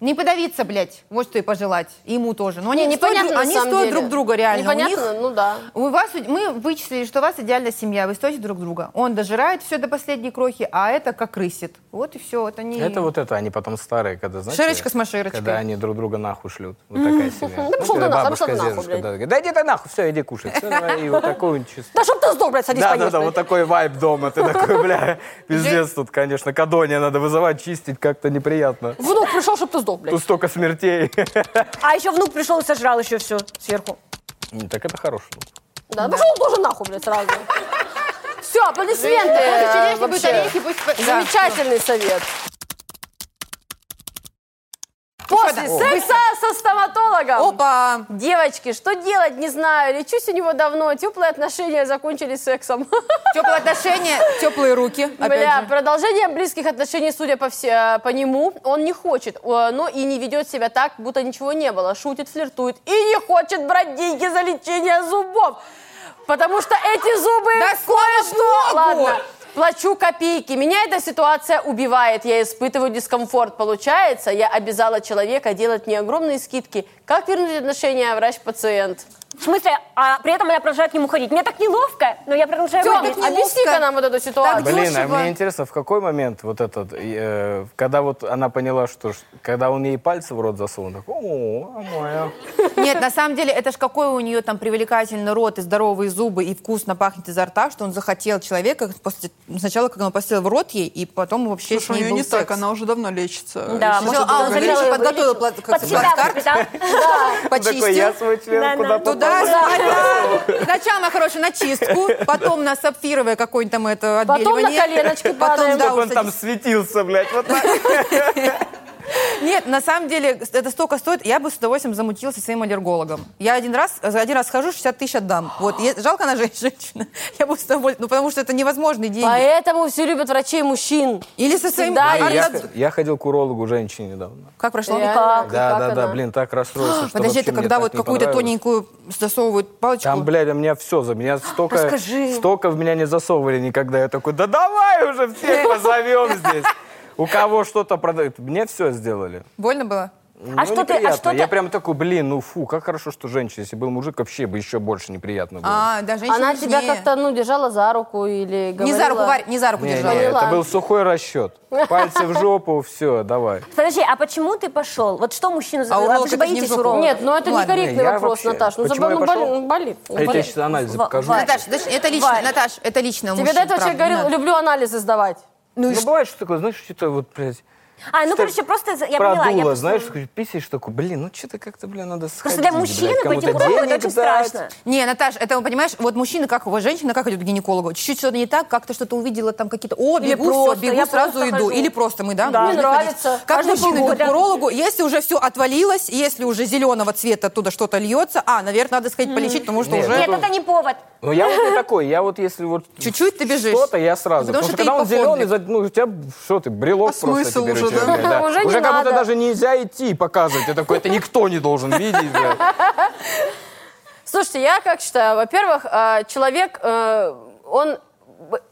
C: Не подавиться, блядь. Вот что и пожелать. И ему тоже. Но они,
A: Не,
C: не стоят,
A: непонятно, Ну,
C: друг-
A: на
C: они
A: самом
C: стоят
A: деле.
C: друг друга реально.
A: Непонятно,
C: У них-
A: ну да.
C: у вас, мы вычислили, что у вас идеальная семья, вы стоите друг друга. Он дожирает все до последней крохи, а это как рысит. Вот и все, вот они...
F: Это вот это, они потом старые, когда, знаете...
C: Шерочка с Машерочкой.
F: Когда они друг друга нахуй шлют. Вот такая семья. Ну,
A: пошел ты
F: когда
A: нахуй,
F: бабушка
A: пошел ты нахуй,
F: дедушка,
A: блядь.
F: да, такая, Да иди ты нахуй, все, иди кушать. Всё, давай, И вот такой он чисто.
A: Да чтоб ты сдох, блядь, садись,
F: Да, да,
A: конечно.
F: да, вот такой вайб дома. Ты такой, бля, пиздец тут, конечно. Кадония надо вызывать, чистить, как-то неприятно.
A: Внук пришел, чтоб ты сдох, блядь.
F: Тут столько смертей.
D: А еще внук пришел и сожрал еще все сверху.
F: Ну, Так это хорошо.
A: Да, пошел тоже нахуй, блядь, сразу. Все, аплодисменты.
C: Просто
A: э,
C: черешни будут
A: вообще.
C: орехи, пусть... по- Да.
A: Замечательный совет. После
C: да. О,
A: секса со стоматологом.
C: Опа!
A: Девочки, что делать, не знаю. Лечусь у него давно. Теплые отношения закончились сексом.
C: Теплые отношения, теплые руки.
A: Бля,
C: Опять же.
A: продолжение близких отношений, судя по, все, по нему, он не хочет. Э, Но и не ведет себя так, будто ничего не было. Шутит, флиртует. И не хочет брать деньги за лечение зубов. Потому что эти зубы...
C: Да кое-что!
A: Ладно, плачу копейки. Меня эта ситуация убивает. Я испытываю дискомфорт. Получается, я обязала человека делать мне огромные скидки. Как вернуть отношения врач-пациент?
D: В смысле, а при этом она продолжает к нему ходить. Мне так неловко, но я продолжаю
A: Тём,
D: ходить.
C: не
A: объясни-ка
C: ловко.
A: нам вот эту ситуацию.
C: Так
F: Блин, а
C: дёшево.
F: мне интересно, в какой момент вот этот, э, когда вот она поняла, что ж- когда он ей пальцы в рот засунул, так, о, а моя».
C: Нет, на самом деле, это ж какой у нее там привлекательный рот и здоровые зубы, и вкусно пахнет изо рта, что он захотел человека после... Сначала, как он посел в рот ей, и потом вообще с
B: Слушай, у
C: ней
B: нее
C: был
B: не так,
C: секс.
B: она уже давно лечится.
D: Да,
B: Если
D: может,
B: что-то
C: а, он
B: говорит,
C: залез,
D: Хотела ее
C: подготовил
D: вылечить.
C: плат-
D: Под себя
C: плацкарт.
D: впитал.
F: Такой, я
C: почистил.
F: свой член
D: Да, да.
F: куда попал.
C: Туда, сюда. Сначала, короче, на чистку, потом на сапфировое какое-нибудь там это
A: Потом на
C: отбеливание.
A: коленочки
C: потом,
A: падаем.
C: да,
F: Чтоб он
C: усадить.
F: там светился, блядь, вот так.
C: Нет, на самом деле, это столько стоит. Я бы с удовольствием замутила со своим аллергологом. Я один раз, за один раз схожу, 60 тысяч отдам. Вот, е- жалко она же- женщина. Я бы с удовольствием, ну, потому что это невозможные деньги.
A: Поэтому все любят врачей мужчин.
C: Или со своим...
A: Всегда
C: аллер-
F: Не, я х- Я ходил к урологу женщине недавно.
C: Как прошло?
A: Реально?
D: как?
A: И
F: Да,
A: как
F: да, да,
A: она?
F: блин, так расстроился, что
C: Подожди, это
F: вообще мне
C: когда
F: так
C: вот
F: не
C: какую-то
F: понравилось.
C: тоненькую засовывают палочку.
F: Там, блядь, у меня все, за меня столько, столько в меня не засовывали никогда. Я такой, да давай уже всех позовем здесь. У кого что-то продают. Мне все сделали.
C: Больно было?
F: Ну,
D: что ты- а
F: неприятно.
D: что ты-
F: Я прям такой, блин, ну фу, как хорошо, что женщина. Если был мужик, вообще бы еще больше неприятно было.
C: А, да, женщина
A: Она тебя
C: нежнее.
A: как-то, ну, держала за руку или говорила...
C: Не за руку, Варь, не за руку
F: Не,
C: держала.
D: Ну
F: не, это
A: Поняла.
F: был сухой расчет. Пальцы в жопу, все, давай.
D: Подожди, а почему ты пошел? Вот что мужчина
C: А
D: за...
C: уролог
D: вы же
C: это не
D: боитесь
C: жопа.
D: уролога?
A: Нет, ну это
C: Ладно,
A: некорректный
F: не, я
A: вопрос,
F: вообще-
A: Наташ. Ну,
F: Почему я
A: забыл, ну,
F: пошел?
A: боли- болит.
F: А Я тебе
A: Болит.
F: сейчас анализы
D: Ва-
F: покажу.
D: Варь.
C: Наташ, дальше- это лично,
A: Варь.
C: Наташ, это лично у
A: Тебе
C: мужчин,
A: до этого
C: правда,
A: человек говорил,
C: не надо.
A: люблю анализы сдавать.
F: Ну, бывает, что такое, знаешь, что-то вот, блядь,
D: А, ну,
F: Что-
D: короче, просто за- я
F: Продуло,
D: поняла. я просто-
F: знаешь, писаешь такой, блин, ну что-то как-то, бля, надо сходить.
D: Просто для
F: блядь,
D: мужчины
F: кому-то
D: пойти к урологу это
F: денег
D: очень
F: дать.
D: страшно.
C: Не, Наташ, это, понимаешь, вот мужчина, как его, женщина, как идет к гинекологу? Чуть-чуть что-то не так, как-то что-то увидела, там какие-то, о,
D: Или
C: бегу,
D: просто,
C: все, бегу,
D: я
C: сразу
D: просто
C: иду.
D: хожу.
C: Или просто мы, да?
D: Да.
C: можем
A: Мне
C: ходить.
A: нравится.
C: Как
D: Каждые
C: мужчина идет
D: полгода.
C: к урологу, если уже все отвалилось, если уже зеленого цвета оттуда что-то льется, а, наверное, надо сходить полечить, потому что
F: Нет.
C: уже
D: Нет, это не повод.
F: Ну, я вот не такой. Я вот если вот
C: чуть-чуть ты бежишь.
F: что-то, я сразу.
C: Потому
F: Потому,
C: что
F: что,
C: ты
F: когда он
C: ипохондрик.
F: зеленый, за- ну, у тебя, что ты, брелок
B: А
F: просто
B: смысл
F: теперь
B: уже,
F: у тебя,
B: да?
F: блядь, да.
A: Уже не
F: Уже как будто
A: надо.
F: даже нельзя идти и показывать. Я такой, это никто не должен видеть. блядь.
A: Слушайте, я как считаю, во-первых, э, человек, э, он,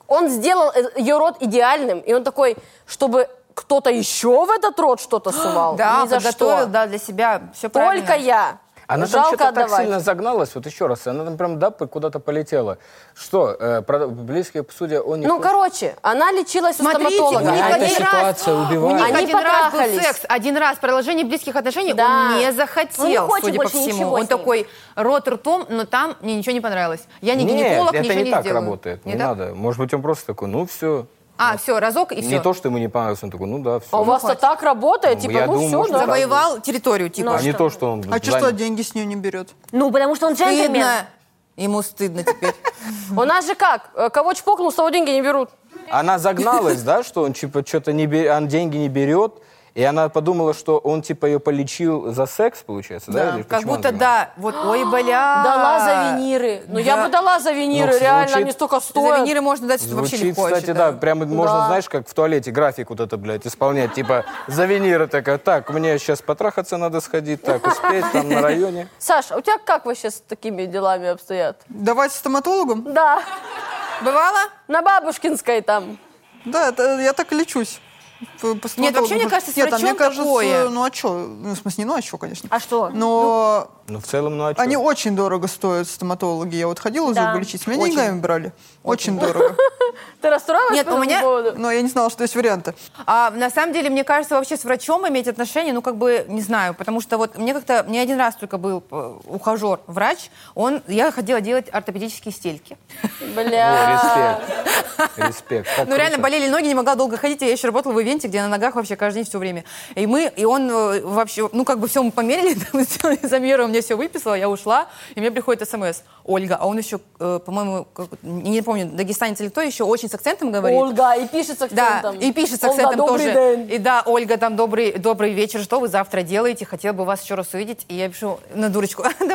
A: он сделал э, ее рот идеальным, и он такой, чтобы кто-то еще в этот рот что-то сувал.
C: Да,
A: Ни за
C: подготовил,
A: что.
C: да, для себя все правильно.
A: Только я.
F: Она там
A: Жалко
F: что-то так
A: отдавать.
F: сильно загналась, вот еще раз, она там прям да, куда-то полетела. Что, э, про- близкие судя, он не...
A: Ну, короче, она лечилась у
C: Смотрите, у
A: стоматолога.
C: них
B: А
F: Да, эта
C: один раз,
F: ситуация убивает.
C: у них
A: Они
C: один раз был
A: потрахались.
C: секс, один раз продолжение близких отношений
A: Да.
C: он не захотел,
D: Он не хочет
C: судя по
D: больше
C: всему.
D: ничего
C: Он
D: с ним.
C: такой рот ртом, но там мне ничего не понравилось. Я не
F: Нет,
C: гинеколог,
F: это
C: ничего
F: не,
C: не,
F: так
C: сделаю.
F: работает, не,
C: Не так?
F: надо. Может быть, он просто такой, ну все.
C: А, все, разок и все.
F: Не то, что ему не понравилось, он такой, ну да, все.
A: А у вас-то
C: хватит.
A: так работает,
F: Ну,
A: типа,
F: я
A: ну
F: думаю,
A: все,
F: может,
A: да.
F: так.
C: Завоевал территорию, типа.
F: а не то, что он...
B: А что,
F: занят.
B: что деньги с нее не берет?
D: Ну, потому что он джентльмен.
C: стыдно. Ему стыдно теперь.
A: У нас же как, э, кого чпокнул, с того деньги не берут.
F: Она загналась, да, что он типа что-то не берет, он деньги не берет, и она подумала, что он типа ее полечил за секс, получается, да? или
C: Как
F: почему
C: будто
F: она загналась?
C: да. Вот, ой, бля.
A: Дала за виниры. Ну, я
C: Да.
A: бы дала за виниры,
F: Ну,
A: реально,
F: звучит-
A: они столько
C: За
A: стоят.
C: виниры можно дать вообще
F: Звучит,
C: легко.
F: кстати,
C: очень,
F: да. Прямо можно,
A: Да.
F: знаешь, как в туалете график вот это, блядь, исполнять. Типа за виниры такая, так, мне сейчас потрахаться надо сходить, так, успеть там на районе.
A: Саша, а у тебя как вообще с такими делами обстоят?
B: Давать стоматологом?
A: Да,
C: Бывало?
A: на Бабушкинской там.
B: Да, это- я так и лечусь. По- по стоматологу.
C: вообще, мне кажется, с
B: Нет, а мне
C: врачом
B: кажется,
C: такое.
B: ну а что? Ну, в смысле, не ну а что, конечно.
D: А что?
B: Но
F: Ну, в целом, ну а чё?
B: они очень дорого стоят, стоматологи. Я вот ходила
D: Да.
B: зубы лечить, меня деньгами брали. Очень дорого.
A: Ты расстроилась
C: Нет,
A: по
C: у
A: этому
C: меня-
A: поводу?
B: Но я не знала, что есть варианты.
C: А, на самом деле, мне кажется, вообще с врачом иметь отношения, ну, как бы, не знаю, потому что вот мне как-то, мне один раз только был э, ухажер, врач, он, я хотела делать ортопедические стельки.
A: Бля.
F: О, респект. Респект. как
C: Ну, реально,
F: круто.
C: болели ноги, не могла долго ходить, я еще работала в ивенте, где я на ногах вообще каждый день все время. И мы, и он э, вообще, ну, как бы все мы померили, там, сделали замеры, он мне все выписал, я ушла, и мне приходит смс, Ольга, а он еще, э, по-моему, как- не помню, дагестанец или кто, еще очень с акцентом говорит.
A: Ольга, и пишет с
C: Да,
A: акцентом.
C: и пишет с
A: Ольга,
C: акцентом
A: добрый
C: тоже.
A: день.
C: И да, Ольга, там добрый, добрый вечер, что вы завтра делаете? Хотел бы вас еще раз увидеть. И я пишу на дурочку, да мне же не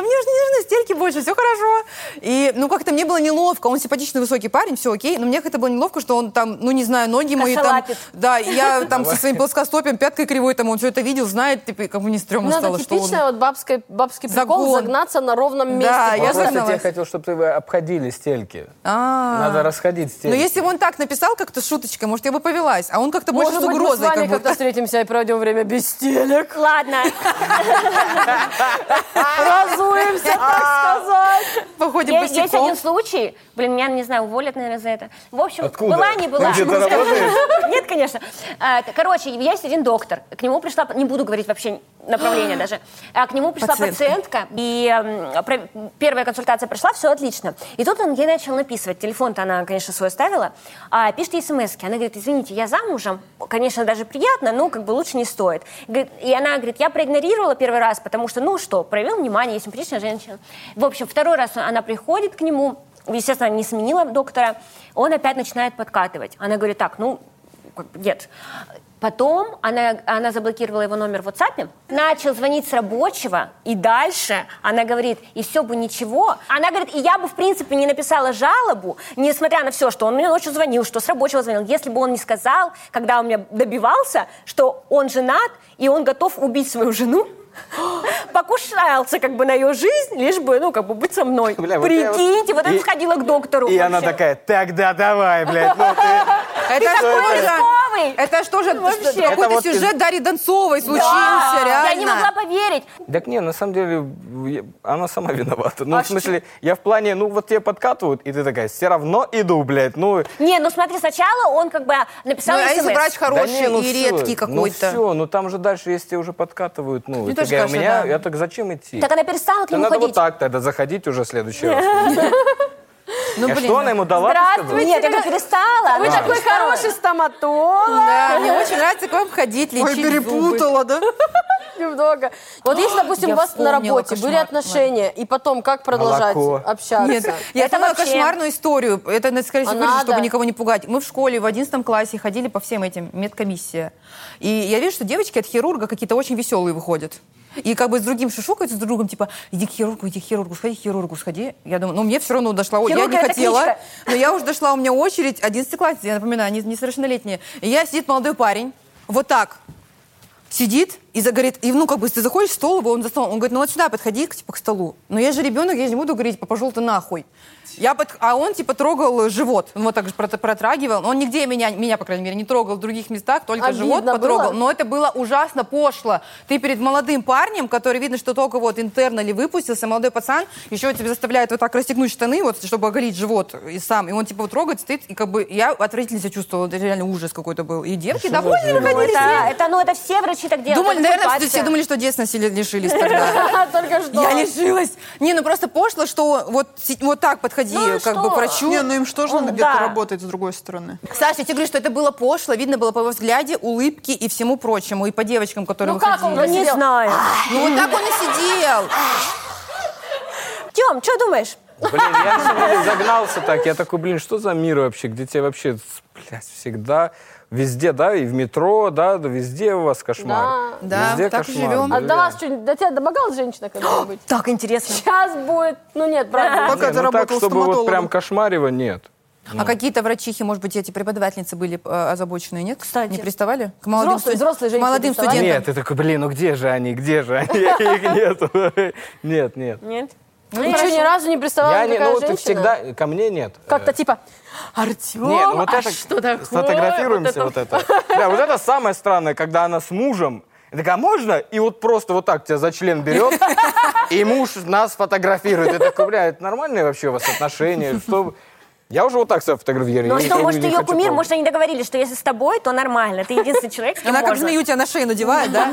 C: нужны стельки больше, все хорошо. И ну как-то мне было неловко, он симпатичный высокий парень, все окей, но мне как-то было неловко, что он там, ну не знаю, ноги мои там...
D: Косолапит.
C: Да, и я там со своим плоскостопием, пяткой кривой, там он все это видел, знает, типа, как бы не стрёмно
A: Надо
C: стало, что он...
A: типичная вот бабская, бабский прикол
C: Загон.
A: загнаться на ровном месте.
C: Да,
F: Он
C: я
F: просто тебе
C: загналась.
F: хотел, чтобы ты обходили стельки.
C: А.
F: Надо расходить стельки.
C: Но если бы он так написал как-то шуточкой, может, я бы повелась, а он как-то больше
A: Может
C: с
A: быть, мы с
C: угрозой.
A: вами
C: как
A: как-то
C: будто.
A: встретимся и пройдем время без телек.
D: Ладно.
A: Разуемся,
C: А.
A: так сказать.
C: Походим
D: Есть, есть
C: босиком.
D: один случай. Блин, меня, не знаю, уволят, наверное, за это. В общем,
F: Откуда?
D: была не была.
F: Он
C: ну,
F: где-то
D: Скажи.
F: работает?
D: Нет, конечно. А, т- Короче, есть один доктор. К нему пришла, не буду говорить вообще направление даже. А, К нему пришла
C: Пациентка.
D: пациентка. И эм, про- первая консультация пришла, все отлично. И тут он ей начал написывать. Телефон-то она, конечно, свой оставила. А, Пишет ей смс Она говорит, извините, я замужем. Конечно, даже приятно, но как бы лучше не стоит. Говорит, И она говорит, я проигнорировала первый раз, потому что, ну что, проявил внимание, если приличная женщина. В общем, второй раз она приходит к нему, естественно, не сменила доктора, он опять начинает подкатывать. Она говорит, так, ну, как бы нет. Потом она, она заблокировала его номер в WhatsApp, начал звонить с рабочего, и дальше она говорит, и все бы ничего. Она говорит, и я бы, в принципе, не написала жалобу, несмотря на все, что он мне ночью звонил, что с рабочего звонил, если бы он не сказал, когда он меня добивался, что он женат, и он готов убить свою жену, покушался как бы на ее жизнь, лишь бы, ну, как бы быть со мной.
F: Бля, вот я вот-
D: Прикиньте, вот
F: И-
D: это сходила к доктору.
F: И она
D: вообще.
F: такая, тогда давай, блядь, ну ты...
C: Это что
D: Ты такой
C: же за-
D: рисковый!
C: Это что же
D: Вообще.
C: что- какой-то
F: Это вот
C: сюжет
F: из-
C: Дарьи Донцовой случился,
D: Да,
C: реально. Ну, а
D: Я не могла поверить.
F: Так не, на самом деле, я- она сама виновата. Ну,
A: А
F: в смысле, я в плане, ну, вот тебе подкатывают, и ты такая, все равно иду, блядь, ну...
D: Не, ну смотри, сначала он как бы написал
C: Ну, а
D: ей
C: если
D: смс.
C: врач хороший
F: Да не, ну
C: и
F: всё,
C: редкий
F: Ну,
C: какой-то.
F: все, ну, там же дальше, если тебя уже подкатывают, ну,
C: Ну,
F: и
C: тоже
F: такая, у
C: каша,
F: меня,
C: да.
F: я так зачем идти?
D: Так она перестала к
F: Да
D: нему
F: надо вот
D: ходить.
F: так тогда заходить уже в следующий раз.
C: Ну,
F: А
C: блин,
F: что она ему дала? ты сказала?
A: Здравствуйте.
D: Нет, я
A: Вы-
D: говорю, перестала.
A: Вы
C: А.
D: она
A: такой
D: перестала.
A: хороший стоматолог.
C: Да, мне очень нравится к вам ходить, лечить
B: Ой, перепутала, да?
A: Немного. Вот если, допустим,
C: Я
A: у вас на
C: вспомнила
A: работе
C: кошмар.
A: были отношения, и потом как продолжать
F: Молоко.
A: общаться?
C: Нет, я
D: Это
C: это
D: вообще-
C: кошмарную историю. Это, на- скорее всего,
A: А
C: вырежу, чтобы
A: надо.
C: никого не пугать. Мы в школе в 11 классе ходили по всем этим, медкомиссия. И я вижу, что девочки от хирурга какие-то очень веселые выходят. И как бы с другим шушукаются, с другом, типа, иди к хирургу, иди к хирургу, сходи к хирургу, сходи. Я думаю, ну мне все равно дошла очередь. Я
D: Хирург
C: не
D: это
C: хотела,
D: кличка.
C: но я уже дошла, у меня очередь, 11 класс, я напоминаю, они несовершеннолетние. И я сидит молодой парень, вот так, сидит и за- говорит, и, ну, как бы, ты заходишь в стол, его, он за столом, он говорит, ну, вот сюда подходи, к- типа, к столу. Но я же ребенок, я же не буду говорить, «Папа, пошел ты нахуй. Я под... А он, типа, трогал э, живот, он вот так же прот- протрагивал. Он нигде меня, меня, по крайней мере, не трогал в других местах, только
A: Обидно
C: живот потрогал.
A: было?
C: Но это было ужасно пошло. Ты перед молодым парнем, который, видно, что только вот интерна ли выпустился, молодой пацан, еще тебя заставляет вот так расстегнуть штаны, вот, чтобы оголить живот и сам. И он, типа, вот трогает, стыд, и как бы я отвратительно себя чувствовала, это реально ужас какой-то был. И девки довольны выходили,
D: Это, это, ну, это все врачи так делают.
C: Думали,
D: это
C: наверное, все,
D: ситуация.
C: все думали, что детства сели- лишились тогда.
A: Только что.
C: Я лишилась. Не, ну просто пошло, что вот, си- вот так подходи,
D: Ну и
C: как
D: что?
C: бы к врачу.
B: Не, ну им что же
D: Он-
B: надо где-то
D: да.
B: работать с другой стороны?
C: Саша, я тебе говорю, что это было пошло, видно было по его взгляде, улыбке и всему прочему, и по девочкам, которые
A: Ну как он
C: выходили.
D: Не
A: Сидел.
D: знаю.
C: Ну вот так он и сидел.
D: Тем, что думаешь?
F: Блин, я сегодня загнался так. Я такой, блин, что за мир вообще, где тебе вообще, блядь, всегда, везде, да, и в метро, да, да везде у вас кошмар.
C: Да.
F: Везде
C: Так и
F: кошмар,
C: живем.
A: А
F: блин.
A: до вас что-нибудь, до тебя домогалась женщина когда-нибудь?
D: Так интересно.
A: Сейчас будет, ну нет, правда.
B: Пока
F: Не,
B: ты
F: ну так,
B: работал
F: чтобы вот
B: стоматологом.
F: прям кошмарево, нет.
C: А какие-то врачихи, может быть, эти преподавательницы были э, озабоченные, нет?
D: Кстати.
C: Не приставали? К молодым,
A: Взрослые-
C: студ-
A: взрослые
C: к
A: женщины
C: молодым
A: приставали?
C: студентам.
F: Нет, ты такой, блин, ну где же они, где же они? Их нету. Нет, нет.
D: Нет?
A: Ну, и что, ни разу не приставала
F: Я не,
A: никакая
F: ну ты
A: женщина?
F: всегда, ко мне нет.
A: Как-то типа,
F: Э, не, ну
A: Артем,
F: вот
A: а
F: это-
A: что такое?
F: Сфотографируемся вот это. Да, вот это самое странное, когда она с мужем. И такая, «А можно? И вот просто вот так тебя за член берет, и муж нас фотографирует. И такой, бля, это нормальные вообще у вас отношения? Что... вы?» Я уже вот так себя фотографирую.
D: Ну а
F: я
D: что,
F: не-
D: может,
F: не
D: ее
F: хочу
D: кумир,
F: трогать.
D: может, они договорились, что если с тобой, то нормально. Ты единственный человек, с кем
C: Она как
D: можно.
C: змею тебя на шею надевает, да?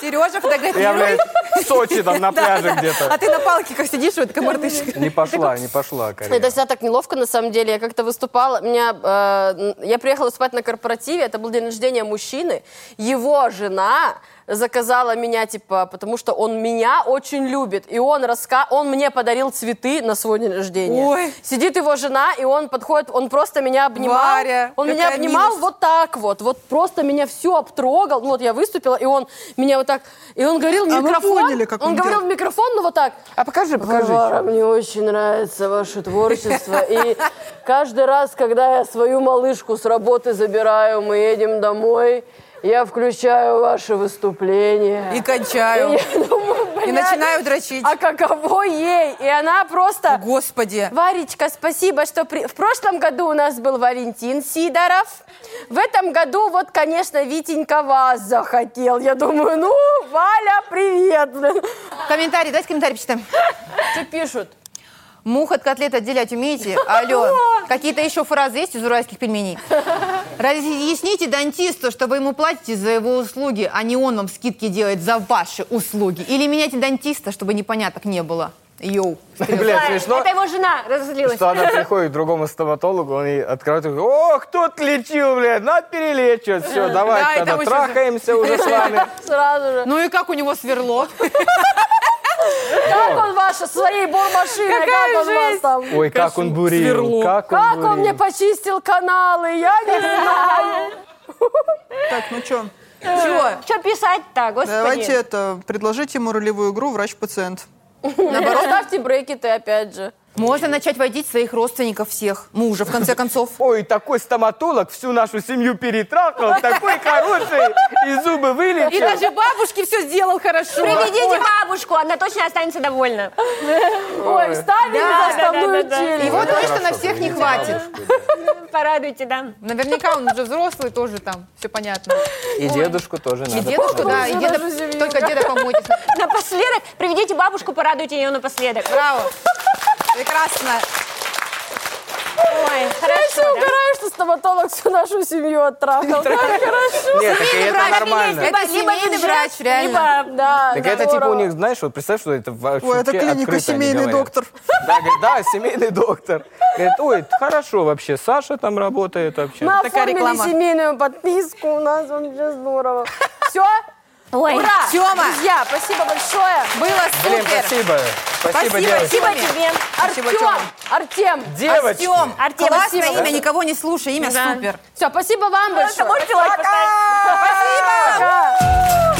C: Сережа
F: Я,
C: фотографирует.
F: блядь, в Сочи там на пляже
C: А
F: где-то.
C: ты на палке как сидишь, вот как мартышка.
F: Не пошла, не пошла,
A: Это
F: Карина.
A: всегда так неловко, на самом деле. Я как-то выступала, меня, э, н- я приехала спать на корпоративе, это был день рождения мужчины, его жена заказала меня, типа, потому что он меня очень любит, и он, раска... он мне подарил цветы на свой день рождения.
C: Ой.
A: Сидит его жена, и он подходит, он просто меня обнимал.
C: Варя,
A: он меня
C: какая
A: обнимал
C: милость.
A: вот так вот, вот просто меня все обтрогал, ну вот я выступила, и он меня вот так, и он говорил в
B: А мы
A: микрофон,
B: поняли, как он
A: он говорил
B: делал.
A: в микрофон, ну вот так,
F: А покажи,
A: Варвара, мне очень нравится ваше творчество. И каждый раз, когда я свою малышку с работы забираю, мы едем домой, я включаю ваше выступление.
C: И кончаю.
A: я думаю, блядь,
C: И начинаю дрочить.
A: А каково ей? И она просто...
C: Господи.
A: Варечка, спасибо, что при- в прошлом году у нас был Валентин Сидоров. В этом году вот, конечно, Витенька вас захотел. Я думаю, ну, Валя, привет.
C: Комментарий, дайте комментарий почитаем.
A: Что пишут?
C: Мух от котлет отделять умеете? Алло. Какие-то еще фразы есть из уральских пельменей? Разъясните дантисту, что вы ему платите за его услуги, а не он вам скидки делает за ваши услуги. Или меняйте дантиста, чтобы непоняток не было. Йоу.
F: Блядь, смешно.
D: Это его жена разозлилась.
F: Что она приходит к другому стоматологу, он ей открывает и говорит, ох, тут лечил, блядь, надо перелечивать. Все, давай
C: Да, и
F: тогда
C: там еще-
F: трахаемся уже с вами.
A: Сразу же.
C: Ну и как у него сверло?
A: Как он ваша своей бормашиной? Как он вас там?
F: Ой, как он бурил, как он
A: Как
F: бурил.
A: он мне почистил каналы? Я не знаю.
B: Так, ну что,
C: Чего?
D: Что писать-то, господи?
B: давайте это, предложите ему ролевую игру «Врач-пациент».
A: Наоборот, ставьте брекеты опять же.
C: Можно начать водить своих родственников всех. Мужа, в конце концов.
F: Ой, такой стоматолог всю нашу семью перетрахал, такой хороший, и зубы
C: И
F: вылечил.
C: даже бабушке все сделал хорошо.
D: Приведите бабушку, она точно останется довольна.
A: Ой, вставили
D: Да,
A: за
D: да,
A: основную
D: да, да, да.
A: челюсть.
C: Его точно на всех не хватит.
D: Порадуйте, да.
C: Наверняка он уже взрослый, тоже там, все понятно.
F: И дедушку тоже
C: И
F: надо.
C: дедушку, да, и деда, только деда помойтесь.
D: Напоследок, приведите бабушку, порадуйте ее напоследок.
C: Браво! Прекрасно!
D: Ой, хорошо, да?
A: Угораю, что стоматолог всю нашу семью оттрахал. Так хорошо.
F: Нет, так и это нормально.
C: Это семейный врач, реально.
A: Либо, да,
F: Так это
A: здорово.
F: типа у них, знаешь, вот представь, что это вообще
B: Ой, это клиника
F: открыто они
B: «Семейный
F: говорят».
B: доктор».
F: Да, говорит, да, семейный доктор. Говорит, ой, хорошо вообще, Саша там работает вообще.
A: Мы
C: Такая
A: оформили
C: реклама.
A: семейную подписку, у нас вообще здорово. Все?
D: Ой,
A: Ура!
C: Тёма!
A: Друзья, спасибо большое.
C: Было
F: Блин,
C: супер.
F: спасибо. Спасибо,
C: Спасибо,
F: девочки.
D: спасибо тебе.
C: Спасибо,
A: Артем!
C: Тёма.
A: Артем!
F: Девочки.
C: Артем,
D: Артем,
C: классное
A: спасибо.
C: имя, никого не слушай, имя супер.
A: Все, спасибо вам большое.
D: Можете лайк поставить.
A: Пока!